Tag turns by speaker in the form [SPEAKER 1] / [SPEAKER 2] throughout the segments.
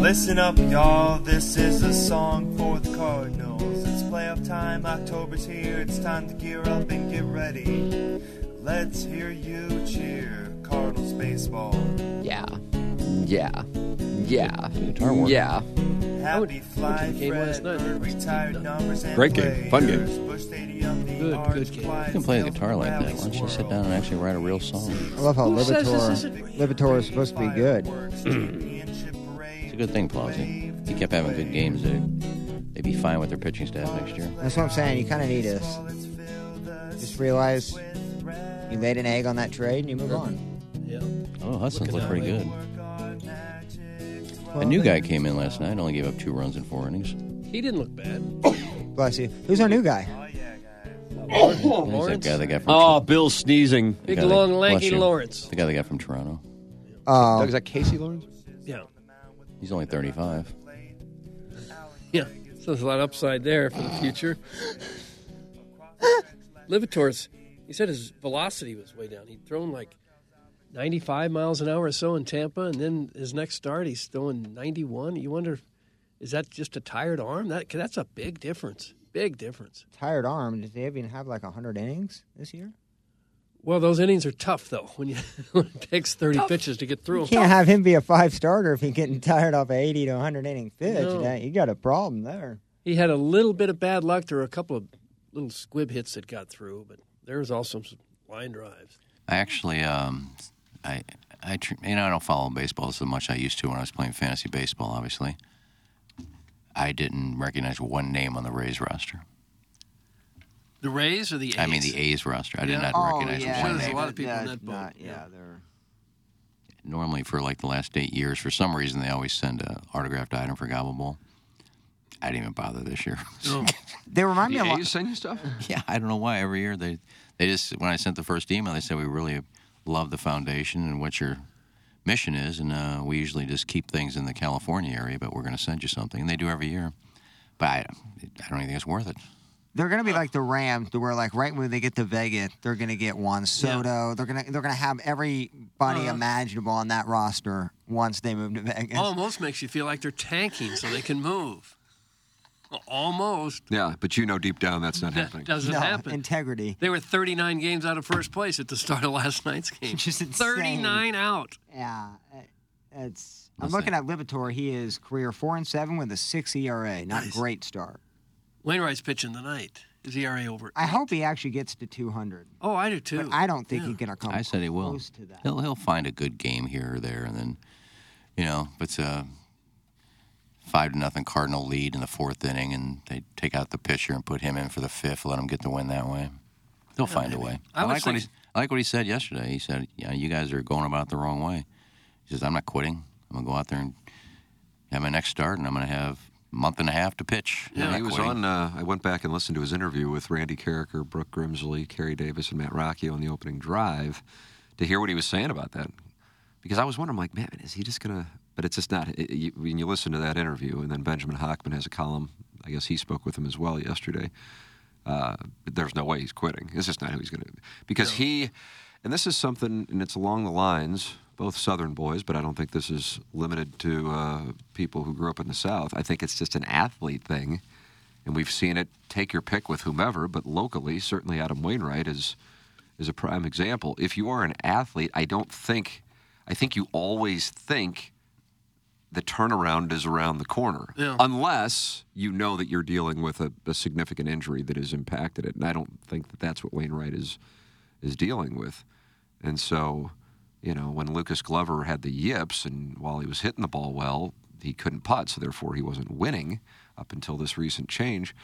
[SPEAKER 1] Listen up, y'all. This is a song for the Cardinals. It's playoff time. October's here. It's time to gear up and get ready. Let's hear you cheer Cardinals baseball.
[SPEAKER 2] Yeah. Yeah. Yeah. Yeah.
[SPEAKER 1] Happy fly,
[SPEAKER 2] game last
[SPEAKER 1] Fred
[SPEAKER 2] night.
[SPEAKER 1] Bird, retired numbers and
[SPEAKER 3] Great game. Fun game.
[SPEAKER 1] players. Busch Stadium, the
[SPEAKER 2] Good,
[SPEAKER 1] orange
[SPEAKER 2] good game.
[SPEAKER 1] quiet
[SPEAKER 3] You can play the
[SPEAKER 1] scale
[SPEAKER 3] guitar like
[SPEAKER 1] from
[SPEAKER 3] that. Why don't you sit down and actually write a real song?
[SPEAKER 4] I love how
[SPEAKER 2] Who says this
[SPEAKER 4] Libertor, Libertor is supposed to be good.
[SPEAKER 3] It's a good thing, Plowsy. If you kept having good games, they'd, they'd be fine with their pitching staff next year.
[SPEAKER 4] That's what I'm saying. You kind of need to s- just realize you laid an egg on that trade and you move on.
[SPEAKER 3] Oh, Hudson's look pretty good. A new guy came in last night, only gave up two runs in four innings.
[SPEAKER 5] He didn't look bad.
[SPEAKER 4] Bless you. Who's our new guy?
[SPEAKER 3] He's that
[SPEAKER 5] Oh, Lawrence.
[SPEAKER 3] guy they got from
[SPEAKER 6] Oh, Bill sneezing.
[SPEAKER 3] the
[SPEAKER 5] Big,
[SPEAKER 3] guy that-
[SPEAKER 5] long,
[SPEAKER 3] bless
[SPEAKER 5] lanky
[SPEAKER 3] you.
[SPEAKER 5] Lawrence.
[SPEAKER 3] The guy they got from Toronto.
[SPEAKER 4] Oh,
[SPEAKER 6] is that Casey Lawrence?
[SPEAKER 5] Yeah.
[SPEAKER 3] He's only 35.
[SPEAKER 5] Yeah. So there's a lot of upside there for the future. Livators, he said his velocity was way down. He'd thrown like 95 miles an hour or so in Tampa, and then his next start, he's throwing 91. You wonder, is that just a tired arm? That That's a big difference. Big difference.
[SPEAKER 4] tired arm. Did they even have like 100 innings this year?
[SPEAKER 5] Well, those innings are tough, though, when, you, when it takes 30 pitches to get through them.
[SPEAKER 4] Can't have him be a five starter if he's getting tired off an 80 to 100 inning pitch.
[SPEAKER 5] No.
[SPEAKER 4] That- You got a problem there.
[SPEAKER 5] He had a little bit of bad luck. There were a couple of little squib hits that got through, but there was also some line drives.
[SPEAKER 3] I actually, um, I, I, tr- you know, I don't follow baseball so much I used to when I was playing fantasy baseball. Obviously, I didn't recognize one name on the Rays roster.
[SPEAKER 5] The Rays or the A's?
[SPEAKER 3] I mean, the A's Oh, roster. I did
[SPEAKER 5] Yeah.
[SPEAKER 3] not recognize one
[SPEAKER 5] There's a
[SPEAKER 3] name.
[SPEAKER 5] lot of people in that boat. Yeah.
[SPEAKER 4] they're
[SPEAKER 3] Normally, for like the last eight years, for some reason, they always send an autographed item for Gobble Bowl. I didn't even bother this year.
[SPEAKER 4] they remind me a lot.
[SPEAKER 6] send you stuff?
[SPEAKER 3] yeah, I don't know why. Every year they, they just when I sent the first email, they said we really love the foundation and what your mission is, and uh, we usually just keep things in the California area, but we're going to send you something, and they do every year. But I, I don't even think it's worth it.
[SPEAKER 4] They're gonna be like the Rams, to where like right when they get to Vegas, they're gonna get Juan Soto. They're gonna they're gonna have everybody
[SPEAKER 2] Uh-huh.
[SPEAKER 4] imaginable on that roster once they move to Vegas.
[SPEAKER 2] Oh,
[SPEAKER 5] Almost makes you feel like they're tanking so they can move. Almost.
[SPEAKER 6] Yeah, but you know deep down that's not
[SPEAKER 5] That
[SPEAKER 6] happening.
[SPEAKER 5] doesn't
[SPEAKER 4] no
[SPEAKER 5] happen.
[SPEAKER 4] integrity.
[SPEAKER 5] they were 39 games out of first place at the start of last night's game.
[SPEAKER 4] Just insane.
[SPEAKER 5] 39 out.
[SPEAKER 4] Yeah, it- it's. I'm looking at Libertor. He is career four and seven with a six ERA. Not a great start.
[SPEAKER 5] Wainwright's pitching tonight. His ERA over.
[SPEAKER 4] I hope he actually gets to 200.
[SPEAKER 5] Oh, I do too.
[SPEAKER 4] But I don't think he's gonna come.
[SPEAKER 3] I said he will.
[SPEAKER 4] Close to that.
[SPEAKER 3] He'll he'll find a good game here or there, and then, you know, but uh, five to nothing Cardinal lead in the fourth inning, and they take out the pitcher and put him in for the fifth, let him get the win that way. They'll find a way. I,
[SPEAKER 5] I was
[SPEAKER 3] like what he,
[SPEAKER 5] thinking-
[SPEAKER 3] I like what he said yesterday. He said, "Yeah, you guys are going about it the wrong way." He says, "I'm not quitting. I'm gonna go out there and have my next start, and I'm gonna have a month and a half to pitch." I'm
[SPEAKER 6] Yeah,
[SPEAKER 3] not
[SPEAKER 6] he was
[SPEAKER 3] quitting."
[SPEAKER 6] on. Uh, I went back and listened to his interview with Randy Carricker, Brooke Grimsley, Kerry Davis, and Matt Rocky on the opening drive to hear what he was saying about that. Because I was wondering, like, man, is he just gonna? But it's just not. It, you, when you listen to that interview, and then Benjamin Hockman has a column. I guess he spoke with him as well yesterday. Uh, there's no way he's quitting. It's just not who he's gonna. Because he, and this is something, and it's along the lines. Both Southern boys, but I don't think this is limited to uh, people who grew up in the South. I think it's just an athlete thing and we've seen it take your pick with whomever, but locally, certainly Adam Wainwright is is a prime example. If you are an athlete, I don't think, I think you always think the turnaround is around the corner,
[SPEAKER 5] Yeah.
[SPEAKER 6] unless you know that you're dealing with a, a significant injury that has impacted it. And I don't think that that's what Wainwright is is dealing with. And so, you know, when Lucas Glover had the yips, and while he was hitting the ball well, he couldn't putt, so therefore he wasn't winning up until this recent change.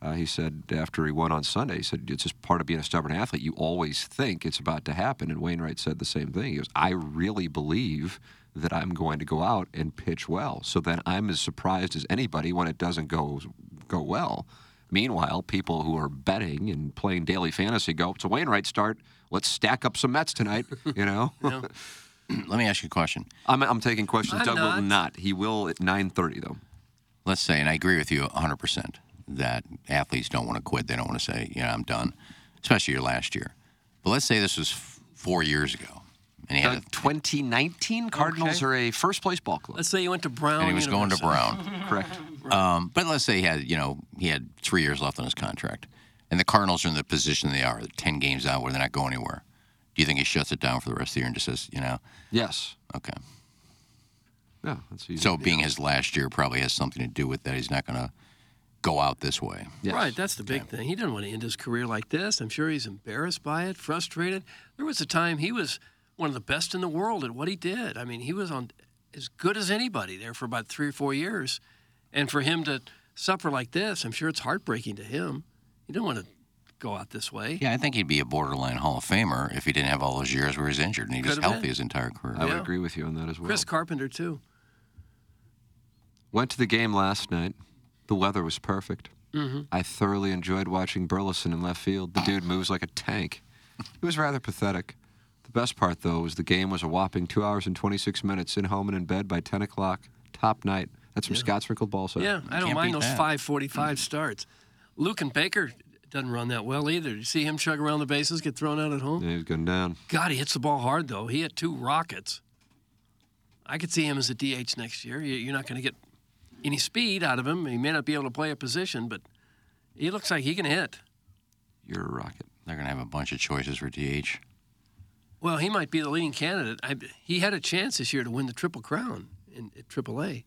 [SPEAKER 6] Uh, he said after he won on Sunday, he said, It's just part of being a stubborn athlete. You always think it's about to happen. And Wainwright said the same thing. He goes, I really believe that I'm going to go out and pitch well. So then I'm as surprised as anybody when it doesn't go go well. Meanwhile, people who are betting and playing daily fantasy go, It's a Wainwright start. Let's stack up some Mets tonight, you know?
[SPEAKER 3] Let me ask you a question.
[SPEAKER 6] I'm, I'm taking questions.
[SPEAKER 5] I'm
[SPEAKER 6] Doug
[SPEAKER 5] not.
[SPEAKER 6] will not. He will at 9.30, though.
[SPEAKER 3] let's say, and I agree with you 100% that athletes don't want to quit. They don't want to say, yeah, I'm done, especially your last year. But let's say this was f- four years ago, and he, had
[SPEAKER 6] Doug,
[SPEAKER 3] a,
[SPEAKER 6] 2019 Cardinals
[SPEAKER 5] Okay.
[SPEAKER 6] are a first-place ball club.
[SPEAKER 5] Let's say you went to Brown.
[SPEAKER 3] and he was going to
[SPEAKER 5] University.
[SPEAKER 3] Brown.
[SPEAKER 6] Correct.
[SPEAKER 3] Um, but let's say he had, you know, he had three years left on his contract, and the Cardinals are in the position they are, 10 games out where they're not going anywhere. Do you think he shuts it down for the rest of the year and just says, you know,
[SPEAKER 6] Yes.
[SPEAKER 3] okay?
[SPEAKER 6] Yeah, that's easy.
[SPEAKER 3] So being his last year probably has something to do with that. He's not going to go out this way.
[SPEAKER 6] Yes.
[SPEAKER 5] Right, that's the big thing. He didn't want to end his career like this. I'm sure he's embarrassed by it, frustrated. There was a time he was one of the best in the world at what he did. I mean, he was on as good as anybody there for about three or four years, and for him to suffer like this, I'm sure it's heartbreaking to him. He didn't want to go out this way.
[SPEAKER 3] Yeah, I think he'd be a borderline Hall of Famer if he didn't have all those years where he was injured and he was
[SPEAKER 5] Could've been.
[SPEAKER 3] healthy his entire career.
[SPEAKER 6] I would
[SPEAKER 5] Yeah.
[SPEAKER 6] agree with you on that as well.
[SPEAKER 5] Chris Carpenter too.
[SPEAKER 6] Went to the game last night. The weather was perfect.
[SPEAKER 5] Mm-hmm.
[SPEAKER 6] I thoroughly enjoyed watching Burleson in left field. The dude moves like a tank. It was rather pathetic. The best part, though, was the game was a whopping two hours and 26 minutes in home and in bed by 10 o'clock. Top night. That's from Scott's Wrinkled Ball Center.
[SPEAKER 5] Yeah, I don't
[SPEAKER 3] can't
[SPEAKER 5] mind
[SPEAKER 3] beat
[SPEAKER 5] those
[SPEAKER 3] that. Mm-hmm.
[SPEAKER 5] 545 starts. Luke and Baker doesn't run that well either. Did you see him chug around the bases, get thrown out at home?
[SPEAKER 6] Yeah, he was going down.
[SPEAKER 5] God, he hits the ball hard though. He hit two rockets. I could see him as a DH next year. You- You're not going to get any speed out of him. He may not be able to play a position, but he looks like he can hit.
[SPEAKER 6] You're a rocket.
[SPEAKER 3] They're going to have a bunch of choices for DH.
[SPEAKER 5] Well, he might be the leading candidate. I, he had a chance this year to win the Triple Crown in at AAA.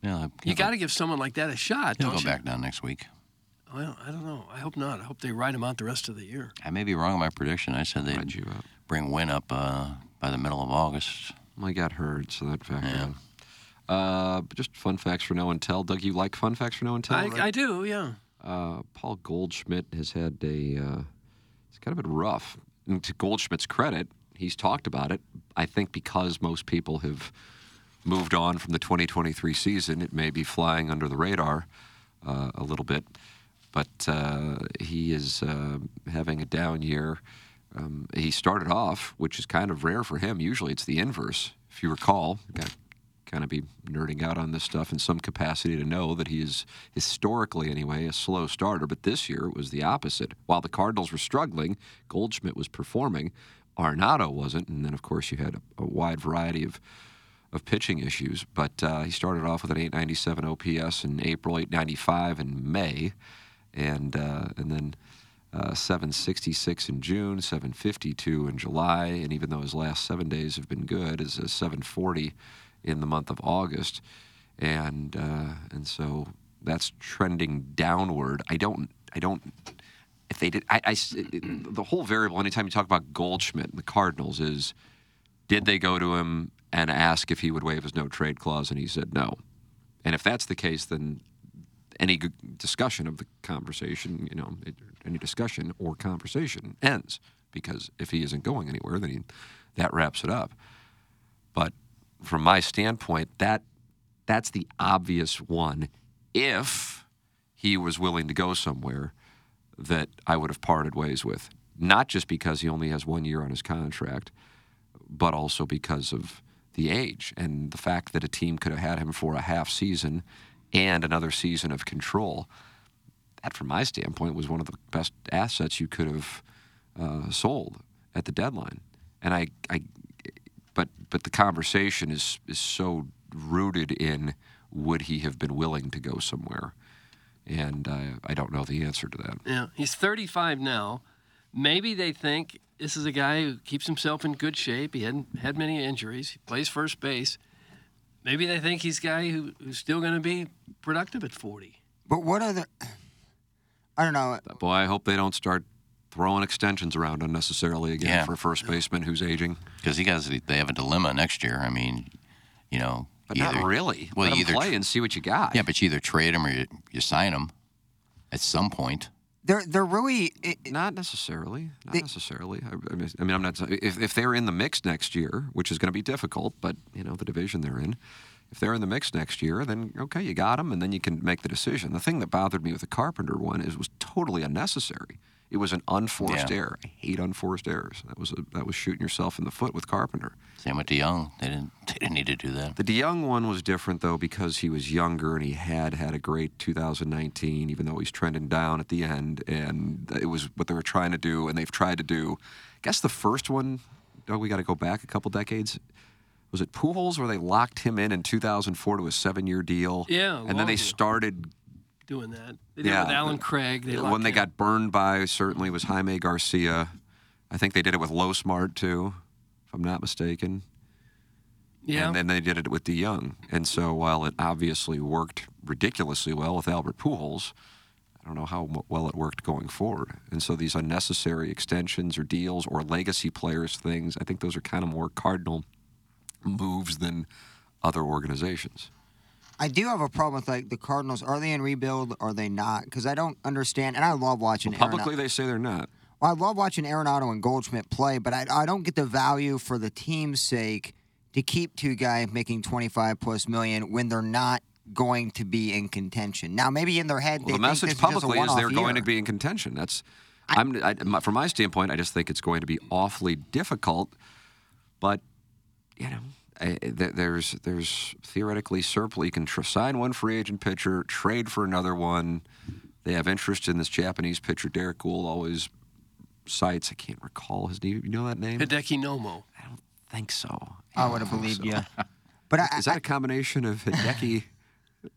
[SPEAKER 3] Yeah,
[SPEAKER 5] You got to give someone like that a shot,
[SPEAKER 3] He'll
[SPEAKER 5] don't
[SPEAKER 3] go
[SPEAKER 5] you?
[SPEAKER 3] back down next week.
[SPEAKER 5] Well, I don't know. I hope not. I hope they ride him out the rest of the year.
[SPEAKER 3] I may be wrong on my prediction. I said
[SPEAKER 6] Ride
[SPEAKER 3] they'd
[SPEAKER 6] you up.
[SPEAKER 3] bring Win up uh, by the middle of August.
[SPEAKER 6] Well, he got hurt, so that factored
[SPEAKER 3] Yeah.
[SPEAKER 6] in. Uh, but just fun facts for no and tell. Doug, you like fun facts for no and tell?
[SPEAKER 5] I,
[SPEAKER 6] right?
[SPEAKER 5] I do, yeah.
[SPEAKER 6] uh, Paul Goldschmidt has had a. Uh, it's kind of been rough. And to Goldschmidt's credit, he's talked about it. I think because most people have moved on from the 2023 season, it may be flying under the radar uh, a little bit. But uh, he is uh, having a down year. Um, he started off, which is kind of rare for him. Usually, it's the inverse. If you recall, got to kind of be nerding out on this stuff in some capacity to know that he is historically, anyway, a slow starter. But this year it was the opposite. While the Cardinals were struggling, Goldschmidt was performing. Arnado wasn't, and then of course you had a, a wide variety of of pitching issues. But uh, he started off with an 897 OPS in April, 895 in May, and uh, and then uh, 766 in June, 752 in July, and even though his last seven days have been good, is a 740 in the month of August, and uh, and so that's trending downward. I don't I don't if they did, I, I s- it- it- the whole variable. Anytime you talk about Goldschmidt and the Cardinals, is did they go to him and ask if he would waive his no trade clause, and he said no. And if that's the case, then any g- discussion of the conversation, you know, it, any discussion or conversation ends because if he isn't going anywhere, then he, that wraps it up. But from my standpoint, that that's the obvious one. If he was willing to go somewhere, that I would have parted ways with. Not just because he only has one year on his contract, but also because of the age and the fact that a team could have had him for a half season and another season of control. That, from my standpoint, was one of the best assets you could have uh, sold at the deadline. And I, I, but but the conversation is is so rooted in would he have been willing to go somewhere, and uh, I don't know the answer to that.
[SPEAKER 5] Yeah, he's 35 now. maybe they think this is a guy who keeps himself in good shape. He hadn't had many injuries. He plays first base. Maybe they think he's a guy who, who's still going to be productive at 40.
[SPEAKER 4] But what are the? I don't know.
[SPEAKER 6] Boy, I hope they don't start throwing extensions around unnecessarily again
[SPEAKER 3] Yeah.
[SPEAKER 6] for a first baseman who's aging.
[SPEAKER 3] because he has they have a dilemma next year. I mean, you know,
[SPEAKER 6] But not really.
[SPEAKER 3] Well,
[SPEAKER 6] Let him
[SPEAKER 3] either
[SPEAKER 6] play and see what you got.
[SPEAKER 3] yeah, but you either trade him or you, you sign him at some point.
[SPEAKER 4] They're they're really. It, it-
[SPEAKER 6] Not necessarily. Not necessarily. I, I mean, I mean, I'm not. If, if they're in the mix next year, which is going to be difficult, but you know the division they're in. If they're in the mix next year, then okay, you got them, and then you can make the decision. The thing that bothered me with the Carpenter one is it was totally unnecessary. It was an unforced
[SPEAKER 3] Yeah.
[SPEAKER 6] error. I hate unforced errors. That was a, that was shooting yourself in the foot with Carpenter.
[SPEAKER 3] Same with DeYoung. They didn't they didn't need to do that.
[SPEAKER 6] The DeYoung one was different though because he was younger and he had had a great 2019, even though he's trending down at the end, and it was what they were trying to do, and they've tried to do. I guess the first one, Doug, we got to go back a couple decades. Was it Pujols where they locked him in in 2004 to a seven-year deal?
[SPEAKER 5] Yeah,
[SPEAKER 6] and then
[SPEAKER 5] long
[SPEAKER 6] they
[SPEAKER 5] deal.
[SPEAKER 6] started
[SPEAKER 5] Doing that. They did it with
[SPEAKER 6] Yeah.
[SPEAKER 5] Alan Craig. They
[SPEAKER 6] the
[SPEAKER 5] locked
[SPEAKER 6] one they
[SPEAKER 5] him.
[SPEAKER 6] got burned by certainly was Jaime Garcia. I think they did it with Low Smart too, if I'm not mistaken.
[SPEAKER 5] Yeah.
[SPEAKER 6] And then they did it with the young. And so while it obviously worked ridiculously well with Albert Pujols, I don't know how m- well it worked going forward. And so these unnecessary extensions or deals or legacy players things, I think those are kind of more cardinal moves than other organizations.
[SPEAKER 4] I do have a problem with like the Cardinals. Are they in rebuild? Are they not? Because I don't understand. And I love watching Aaron-
[SPEAKER 6] Publicly, they say they're not.
[SPEAKER 4] Well, I love watching Arenado and Goldschmidt play, but I, I don't get the value for the team's sake to keep two guys making 25 plus million when they're not going to be in contention. Now, maybe in their head,
[SPEAKER 6] Well,
[SPEAKER 4] they
[SPEAKER 6] the
[SPEAKER 4] think
[SPEAKER 6] message
[SPEAKER 4] this
[SPEAKER 6] publicly
[SPEAKER 4] is,
[SPEAKER 6] is
[SPEAKER 4] just a
[SPEAKER 6] they're
[SPEAKER 4] one-off
[SPEAKER 6] going to
[SPEAKER 4] year.
[SPEAKER 6] be in contention. That's, I'm, I, my, from my standpoint, I just think it's going to be awfully difficult. But you know, I, th- there's there's theoretically surplus. You can tr- sign one free agent pitcher, trade for another one. They have interest in this Japanese pitcher, Derek Gould. Always cites. I can't recall his name. You know that name?
[SPEAKER 5] Hideki Nomo.
[SPEAKER 6] I don't think so.
[SPEAKER 4] I would have believed you. But I,
[SPEAKER 6] Is that a combination of Hideki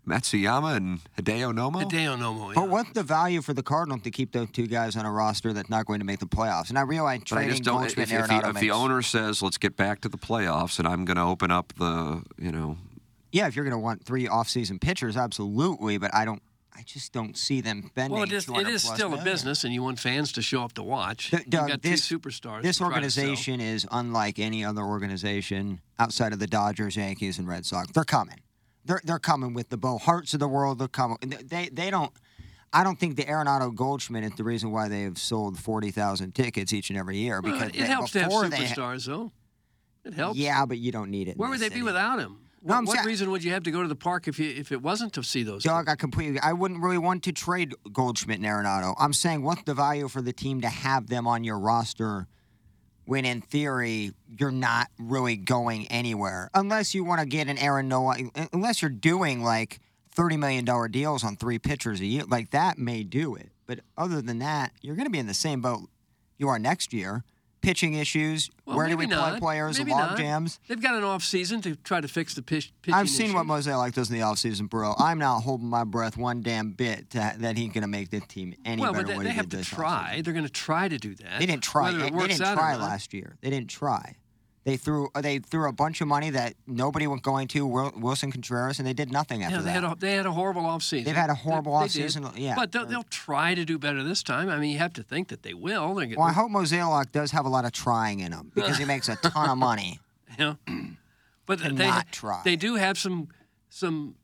[SPEAKER 6] Matsuyama and Hideo Nomo?
[SPEAKER 5] Hideo Nomo.
[SPEAKER 4] but
[SPEAKER 5] yeah.
[SPEAKER 4] what's the value for the Cardinals to keep those two guys on a roster that's not going to make the playoffs? And I realize
[SPEAKER 6] But I
[SPEAKER 4] trading
[SPEAKER 6] just don't. If,
[SPEAKER 4] Goldschmidt
[SPEAKER 6] if
[SPEAKER 4] and
[SPEAKER 6] the,
[SPEAKER 4] Arenado
[SPEAKER 6] if the
[SPEAKER 4] makes-
[SPEAKER 6] owner says, "Let's get back to the playoffs," and I'm going to open up the, you know,
[SPEAKER 4] yeah, if you're going to want three offseason pitchers, absolutely. But I don't. I just don't see them spending.
[SPEAKER 5] Well, it is, it
[SPEAKER 4] 200
[SPEAKER 5] is
[SPEAKER 4] plus
[SPEAKER 5] still a
[SPEAKER 4] million.
[SPEAKER 5] business, and you want fans to show up to watch.
[SPEAKER 4] D-
[SPEAKER 5] You've
[SPEAKER 4] Doug,
[SPEAKER 5] got
[SPEAKER 4] this,
[SPEAKER 5] two superstars.
[SPEAKER 4] This
[SPEAKER 5] to try to sell.
[SPEAKER 4] organization is unlike any other organization outside of the Dodgers, Yankees, and Red Sox. They're coming. They're they're coming with the Bo Hearts of the world. They're coming. They they, they don't. I don't think the Arenado Goldschmidt is the reason why they have sold forty thousand tickets each and every year because
[SPEAKER 5] Well, it
[SPEAKER 4] they-
[SPEAKER 5] helps to have
[SPEAKER 4] before they-
[SPEAKER 5] superstars, though. It helps.
[SPEAKER 4] Yeah, but you don't need it. in
[SPEAKER 5] Where
[SPEAKER 4] this
[SPEAKER 5] would they
[SPEAKER 4] city.
[SPEAKER 5] be without him?
[SPEAKER 4] No,
[SPEAKER 5] what
[SPEAKER 4] I'm
[SPEAKER 5] what
[SPEAKER 4] saying-
[SPEAKER 5] reason would you have to go to the park if you if it wasn't to see those?
[SPEAKER 4] Doug, I completely. I wouldn't really want to trade Goldschmidt and Arenado. I'm saying what's the value for the team to have them on your roster when, in theory, you're not really going anywhere unless you want to get an Aaron Noah. Unless you're doing like thirty million dollar deals on three pitchers a year, like that may do it. But other than that, you're going to be in the same boat you are next year. Pitching issues.
[SPEAKER 5] Well,
[SPEAKER 4] where do we
[SPEAKER 5] maybe
[SPEAKER 4] play
[SPEAKER 5] not.
[SPEAKER 4] players?
[SPEAKER 5] Maybe
[SPEAKER 4] Log
[SPEAKER 5] not.
[SPEAKER 4] jams.
[SPEAKER 5] They've got an off season to try to fix the pitch. pitching
[SPEAKER 4] I've seen what
[SPEAKER 5] issue.
[SPEAKER 4] Mosaic does in the offseason, bro. I'm not holding my breath one damn bit to, that he's going to make this team any
[SPEAKER 5] Well,
[SPEAKER 4] better.
[SPEAKER 5] but they,
[SPEAKER 4] what
[SPEAKER 5] they
[SPEAKER 4] he
[SPEAKER 5] have
[SPEAKER 4] did
[SPEAKER 5] to
[SPEAKER 4] this
[SPEAKER 5] try. They're going to try to do that.
[SPEAKER 4] offseason. They didn't try.
[SPEAKER 5] Whether
[SPEAKER 4] They,
[SPEAKER 5] it
[SPEAKER 4] they
[SPEAKER 5] works
[SPEAKER 4] didn't
[SPEAKER 5] out or
[SPEAKER 4] try
[SPEAKER 5] not.
[SPEAKER 4] last year. They didn't try. They threw uh, they threw a bunch of money that nobody was going to Wil- Wilson Contreras, and they did nothing after
[SPEAKER 5] Yeah, they
[SPEAKER 4] that.
[SPEAKER 5] had, a, they had a horrible offseason.
[SPEAKER 4] They've had a horrible
[SPEAKER 5] They- they did.
[SPEAKER 4] offseason, yeah.
[SPEAKER 5] But they'll, they'll try to do better this time. I mean, you have to think that they will. They're,
[SPEAKER 4] well, I hope Mosaic does have a lot of trying in him because he makes a ton of money.
[SPEAKER 5] you know, but
[SPEAKER 4] And
[SPEAKER 5] they
[SPEAKER 4] not try.
[SPEAKER 5] they do have some some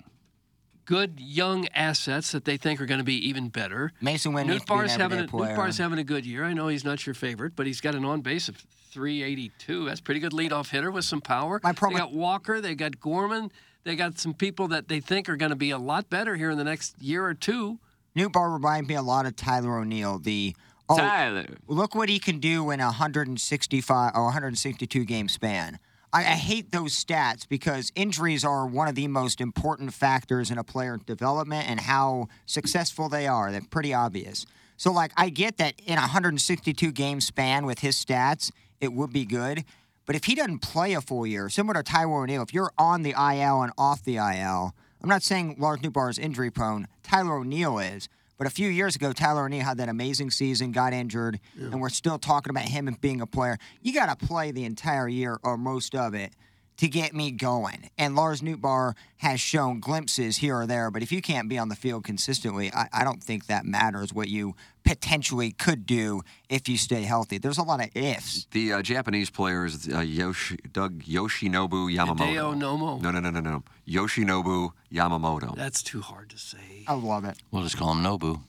[SPEAKER 5] good young assets that they think are going to be even better.
[SPEAKER 4] Mason Wynn needs to
[SPEAKER 5] Newt
[SPEAKER 4] be an
[SPEAKER 5] Barr's having a,
[SPEAKER 4] everyday player.
[SPEAKER 5] Newt Barr's having a good year. I know he's not your favorite, but he's got an on base of 382. That's a pretty good leadoff hitter with some power.
[SPEAKER 4] My problem-
[SPEAKER 5] They got Walker. They got Gorman. They got some people that they think are going to be a lot better here in the next year or two.
[SPEAKER 4] Newt Bar reminds me a lot of Tyler O'Neill. The oh,
[SPEAKER 6] Tyler.
[SPEAKER 4] look what he can do in a 165 or 162 game span. I, I hate those stats because injuries are one of the most important factors in a player's development and how successful they are. They're pretty obvious. So, like, I get that in a 162 game span with his stats, it would be good. But if he doesn't play a full year, similar to Tyler O'Neill, if you're on the IL and off the IL, I'm not saying Lars Newbar is injury prone. Tyler O'Neill is. But a few years ago, Tyler O'Neill had that amazing season, got injured, and we're still talking about him and being a player. You got to play the entire year or most of it to get me going. And Lars Newtbar has shown glimpses here or there, but if you can't be on the field consistently, I, I don't think that matters what you potentially could do if you stay healthy. There's a lot of ifs.
[SPEAKER 6] The uh, Japanese player is uh, Yoshi, Doug Yoshinobu
[SPEAKER 5] Hideo
[SPEAKER 6] Yamamoto.
[SPEAKER 5] Nomo.
[SPEAKER 6] No, no, no, no, no. Yoshinobu Yamamoto.
[SPEAKER 5] That's too hard to say.
[SPEAKER 4] I love it.
[SPEAKER 3] We'll just call him Nobu.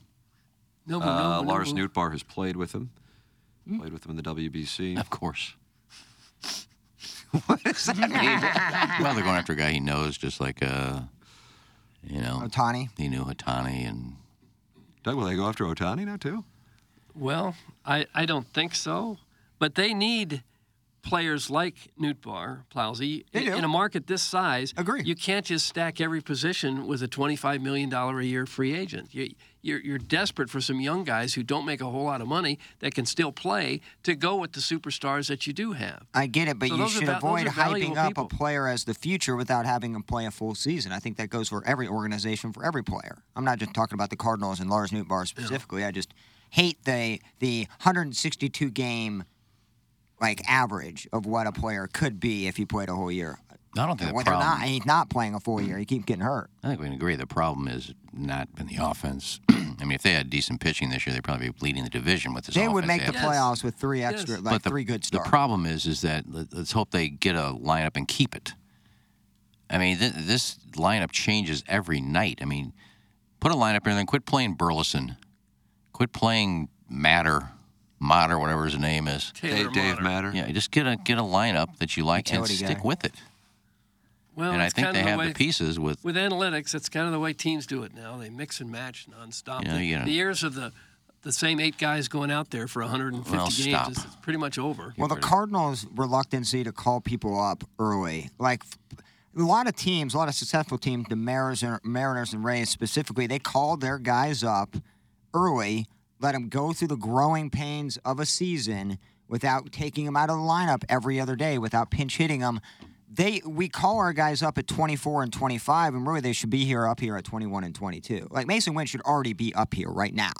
[SPEAKER 5] No, but
[SPEAKER 6] Uh,
[SPEAKER 5] no,
[SPEAKER 6] Lars
[SPEAKER 5] no.
[SPEAKER 6] Nootbaar has played with him. Played with him in the WBC.
[SPEAKER 3] Of course.
[SPEAKER 6] what does that mean?
[SPEAKER 3] well, they're going after a guy he knows, just like, uh, you know,
[SPEAKER 4] Otani.
[SPEAKER 3] he knew Hatani and
[SPEAKER 6] Doug, will they go after Otani now too?
[SPEAKER 5] Well, I, I don't think so. But they need players like Newtbar, Plowsy.
[SPEAKER 4] They
[SPEAKER 5] In,
[SPEAKER 4] do.
[SPEAKER 5] in a market this size,
[SPEAKER 4] Agree.
[SPEAKER 5] you can't just stack every position with a $25 million a year free agent. You, you're, you're desperate for some young guys who don't make a whole lot of money that can still play to go with the superstars that you do have.
[SPEAKER 4] I get it, but
[SPEAKER 5] So
[SPEAKER 4] you
[SPEAKER 5] those are
[SPEAKER 4] should
[SPEAKER 5] val- those
[SPEAKER 4] avoid
[SPEAKER 5] are
[SPEAKER 4] hyping
[SPEAKER 5] valuable
[SPEAKER 4] up
[SPEAKER 5] people.
[SPEAKER 4] a player as the future without having him play a full season. I think that goes for every organization, for every player. I'm not just talking about the Cardinals and Lars Nootbaar specifically. I just hate the the 162 game like average of what a player could be if he played a whole year.
[SPEAKER 3] I don't think the
[SPEAKER 4] Whether or
[SPEAKER 3] problem.
[SPEAKER 4] not he's not playing a full year, he keeps getting hurt.
[SPEAKER 3] I think we can agree the problem is not in the offense. I mean, if they had decent pitching this year, they'd probably be leading the division with this
[SPEAKER 4] They
[SPEAKER 3] offense.
[SPEAKER 4] would make the
[SPEAKER 3] have.
[SPEAKER 5] Yes.
[SPEAKER 4] playoffs with three extra,
[SPEAKER 5] Yes.
[SPEAKER 4] like
[SPEAKER 3] the,
[SPEAKER 4] three good
[SPEAKER 3] the
[SPEAKER 4] starts.
[SPEAKER 3] problem is, is that let- let's hope they get a lineup and keep it. I mean, th- this lineup changes every night. I mean, put a lineup in and then quit playing Burleson, quit playing Matter, Matter, whatever his name is.
[SPEAKER 5] Taylor
[SPEAKER 6] Dave, Dave
[SPEAKER 5] Motter.
[SPEAKER 6] Matter.
[SPEAKER 3] Yeah, just get a get a lineup that you like and
[SPEAKER 4] Utility guy.
[SPEAKER 3] stick with it.
[SPEAKER 5] Well,
[SPEAKER 3] and I
[SPEAKER 5] it's
[SPEAKER 3] think
[SPEAKER 5] kind
[SPEAKER 3] they
[SPEAKER 5] of
[SPEAKER 3] have
[SPEAKER 5] way,
[SPEAKER 3] the pieces with
[SPEAKER 5] With analytics, that's kind of the way teams do it now. They mix and match nonstop.
[SPEAKER 3] You know,
[SPEAKER 5] the,
[SPEAKER 3] you gotta-
[SPEAKER 5] the years of the the same eight guys going out there for 150
[SPEAKER 3] Well,
[SPEAKER 5] games
[SPEAKER 3] stop.
[SPEAKER 5] is it's pretty much over.
[SPEAKER 4] Well, the Cardinals' reluctancy to call people up early, like f- a lot of teams, a lot of successful teams, the Mariners and, Mariners and Rays specifically, they called their guys up early, let them go through the growing pains of a season without taking them out of the lineup every other day, without pinch hitting them. They we call our guys up at 24 and 25, and really they should be here up here at 21 and 22. Like Mason Wynn should already be up here right now.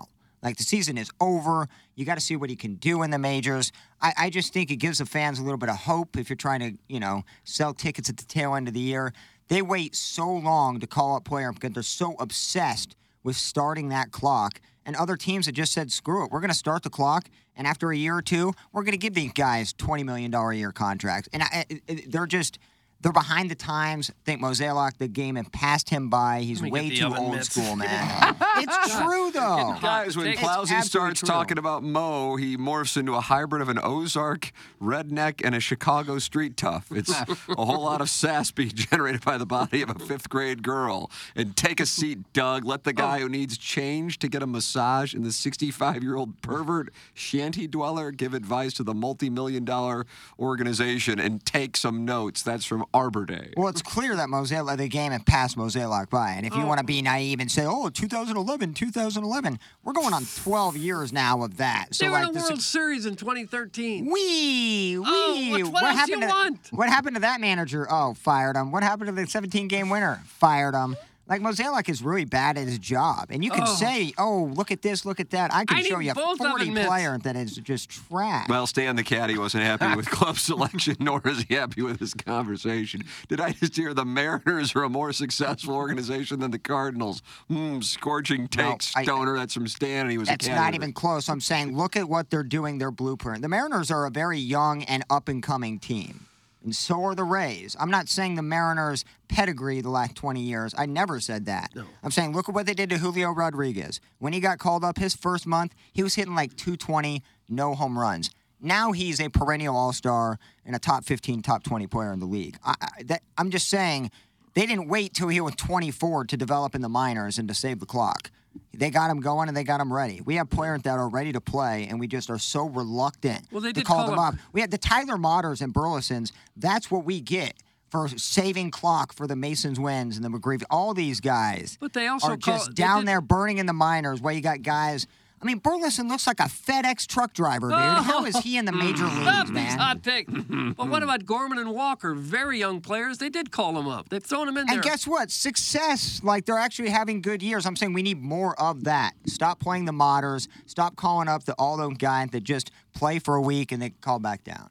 [SPEAKER 4] Like the season is over. You got to see what he can do in the majors. I, I just think it gives the fans a little bit of hope if you're trying to, you know, sell tickets at the tail end of the year. They wait so long to call up player because they're so obsessed with starting that clock. And other teams have just said, screw it, we're going to start the clock. And after a year or two, we're going to give these guys $20 million a year contracts. And I, I- I, they're just, they're behind the times. I think Mosaic, the game, had passed him by. He's
[SPEAKER 5] me get
[SPEAKER 4] way
[SPEAKER 5] the
[SPEAKER 4] too
[SPEAKER 5] oven
[SPEAKER 4] old
[SPEAKER 5] mitts.
[SPEAKER 4] school, man. it's true, though.
[SPEAKER 6] Guys, when
[SPEAKER 5] It's
[SPEAKER 6] Plowsy
[SPEAKER 4] absolutely
[SPEAKER 6] starts
[SPEAKER 4] true.
[SPEAKER 6] talking about Mo, he morphs into a hybrid of an Ozark redneck and a Chicago street tough. It's a whole lot of sass being generated by the body of a fifth grade girl. And take a seat, Doug. Let the
[SPEAKER 4] Oh.
[SPEAKER 6] guy who needs change to get a massage and the 65 year old pervert shanty dweller give advice to the multi million dollar organization and take some notes. That's from Arbor Day.
[SPEAKER 4] Well, it's clear that Mosaic, the game had passed Mosaic by. And if
[SPEAKER 5] Oh.
[SPEAKER 4] you want to be naive and say, oh, 2011, 2011, we're going on 12 years now of that. So,
[SPEAKER 5] they were
[SPEAKER 4] like,
[SPEAKER 5] in
[SPEAKER 4] the
[SPEAKER 5] the
[SPEAKER 4] suc-
[SPEAKER 5] World Series in 2013.
[SPEAKER 4] Wee, wee.
[SPEAKER 5] Oh, what- what else do
[SPEAKER 4] happened to,
[SPEAKER 5] you want?
[SPEAKER 4] What happened to that manager? Oh, fired him. What happened to the 17 game winner? Fired him. Like Mosaic is really bad at his job, and you can say, "Oh, look at this, look at that." I can
[SPEAKER 5] I
[SPEAKER 4] show
[SPEAKER 5] need
[SPEAKER 4] you
[SPEAKER 5] both of
[SPEAKER 4] 40
[SPEAKER 5] them, Mitch.
[SPEAKER 4] players that is just trash.
[SPEAKER 6] Well, Stan the caddy wasn't happy with club selection, nor is he happy with his conversation. Did I just hear the Mariners are a more successful organization than the Cardinals? Hmm, scorching take,
[SPEAKER 4] I-
[SPEAKER 6] Stoner. that's from Stan, and he was
[SPEAKER 4] That's
[SPEAKER 6] a caddy.
[SPEAKER 4] not even close. I'm saying, look at what they're doing, their blueprint. The Mariners are a very young and up and coming team, and so are the Rays. I'm not saying the Mariners' pedigree the last 20 years. I never said that. I'm saying, look at what they did to Julio Rodriguez. When he got called up his first month, he was hitting like 220, no home runs. Now he's a perennial all star and a top 15, top 20 player in the league. I, I, that, I'm just saying. They didn't wait till he was 24 to develop in the minors and to save the clock. They got him going and they got him ready. We have players that are ready to play, and we just are so reluctant
[SPEAKER 5] Well,
[SPEAKER 4] to
[SPEAKER 5] they did
[SPEAKER 4] call,
[SPEAKER 5] call
[SPEAKER 4] them up.
[SPEAKER 5] him-
[SPEAKER 4] We had the Tyler Motters and Burlesons. That's what we get for saving clock for the Masons wins and the McGreevy. All these guys
[SPEAKER 5] But they also
[SPEAKER 4] are
[SPEAKER 5] call-
[SPEAKER 4] just
[SPEAKER 5] they
[SPEAKER 4] down
[SPEAKER 5] did-
[SPEAKER 4] there burning in the minors. Where you got guys I mean, Burleson looks like a FedEx truck driver, dude. How is he in the major leagues,
[SPEAKER 5] Stop Mm. these
[SPEAKER 4] man?
[SPEAKER 5] hot takes. but what about Gorman and Walker? Very young players. They did call them up. They've thrown them in there.
[SPEAKER 4] And guess what? Success, like they're actually having good years. I'm saying we need more of that. Stop playing the modders. Stop calling up the all those guys that just play for a week and then call back down.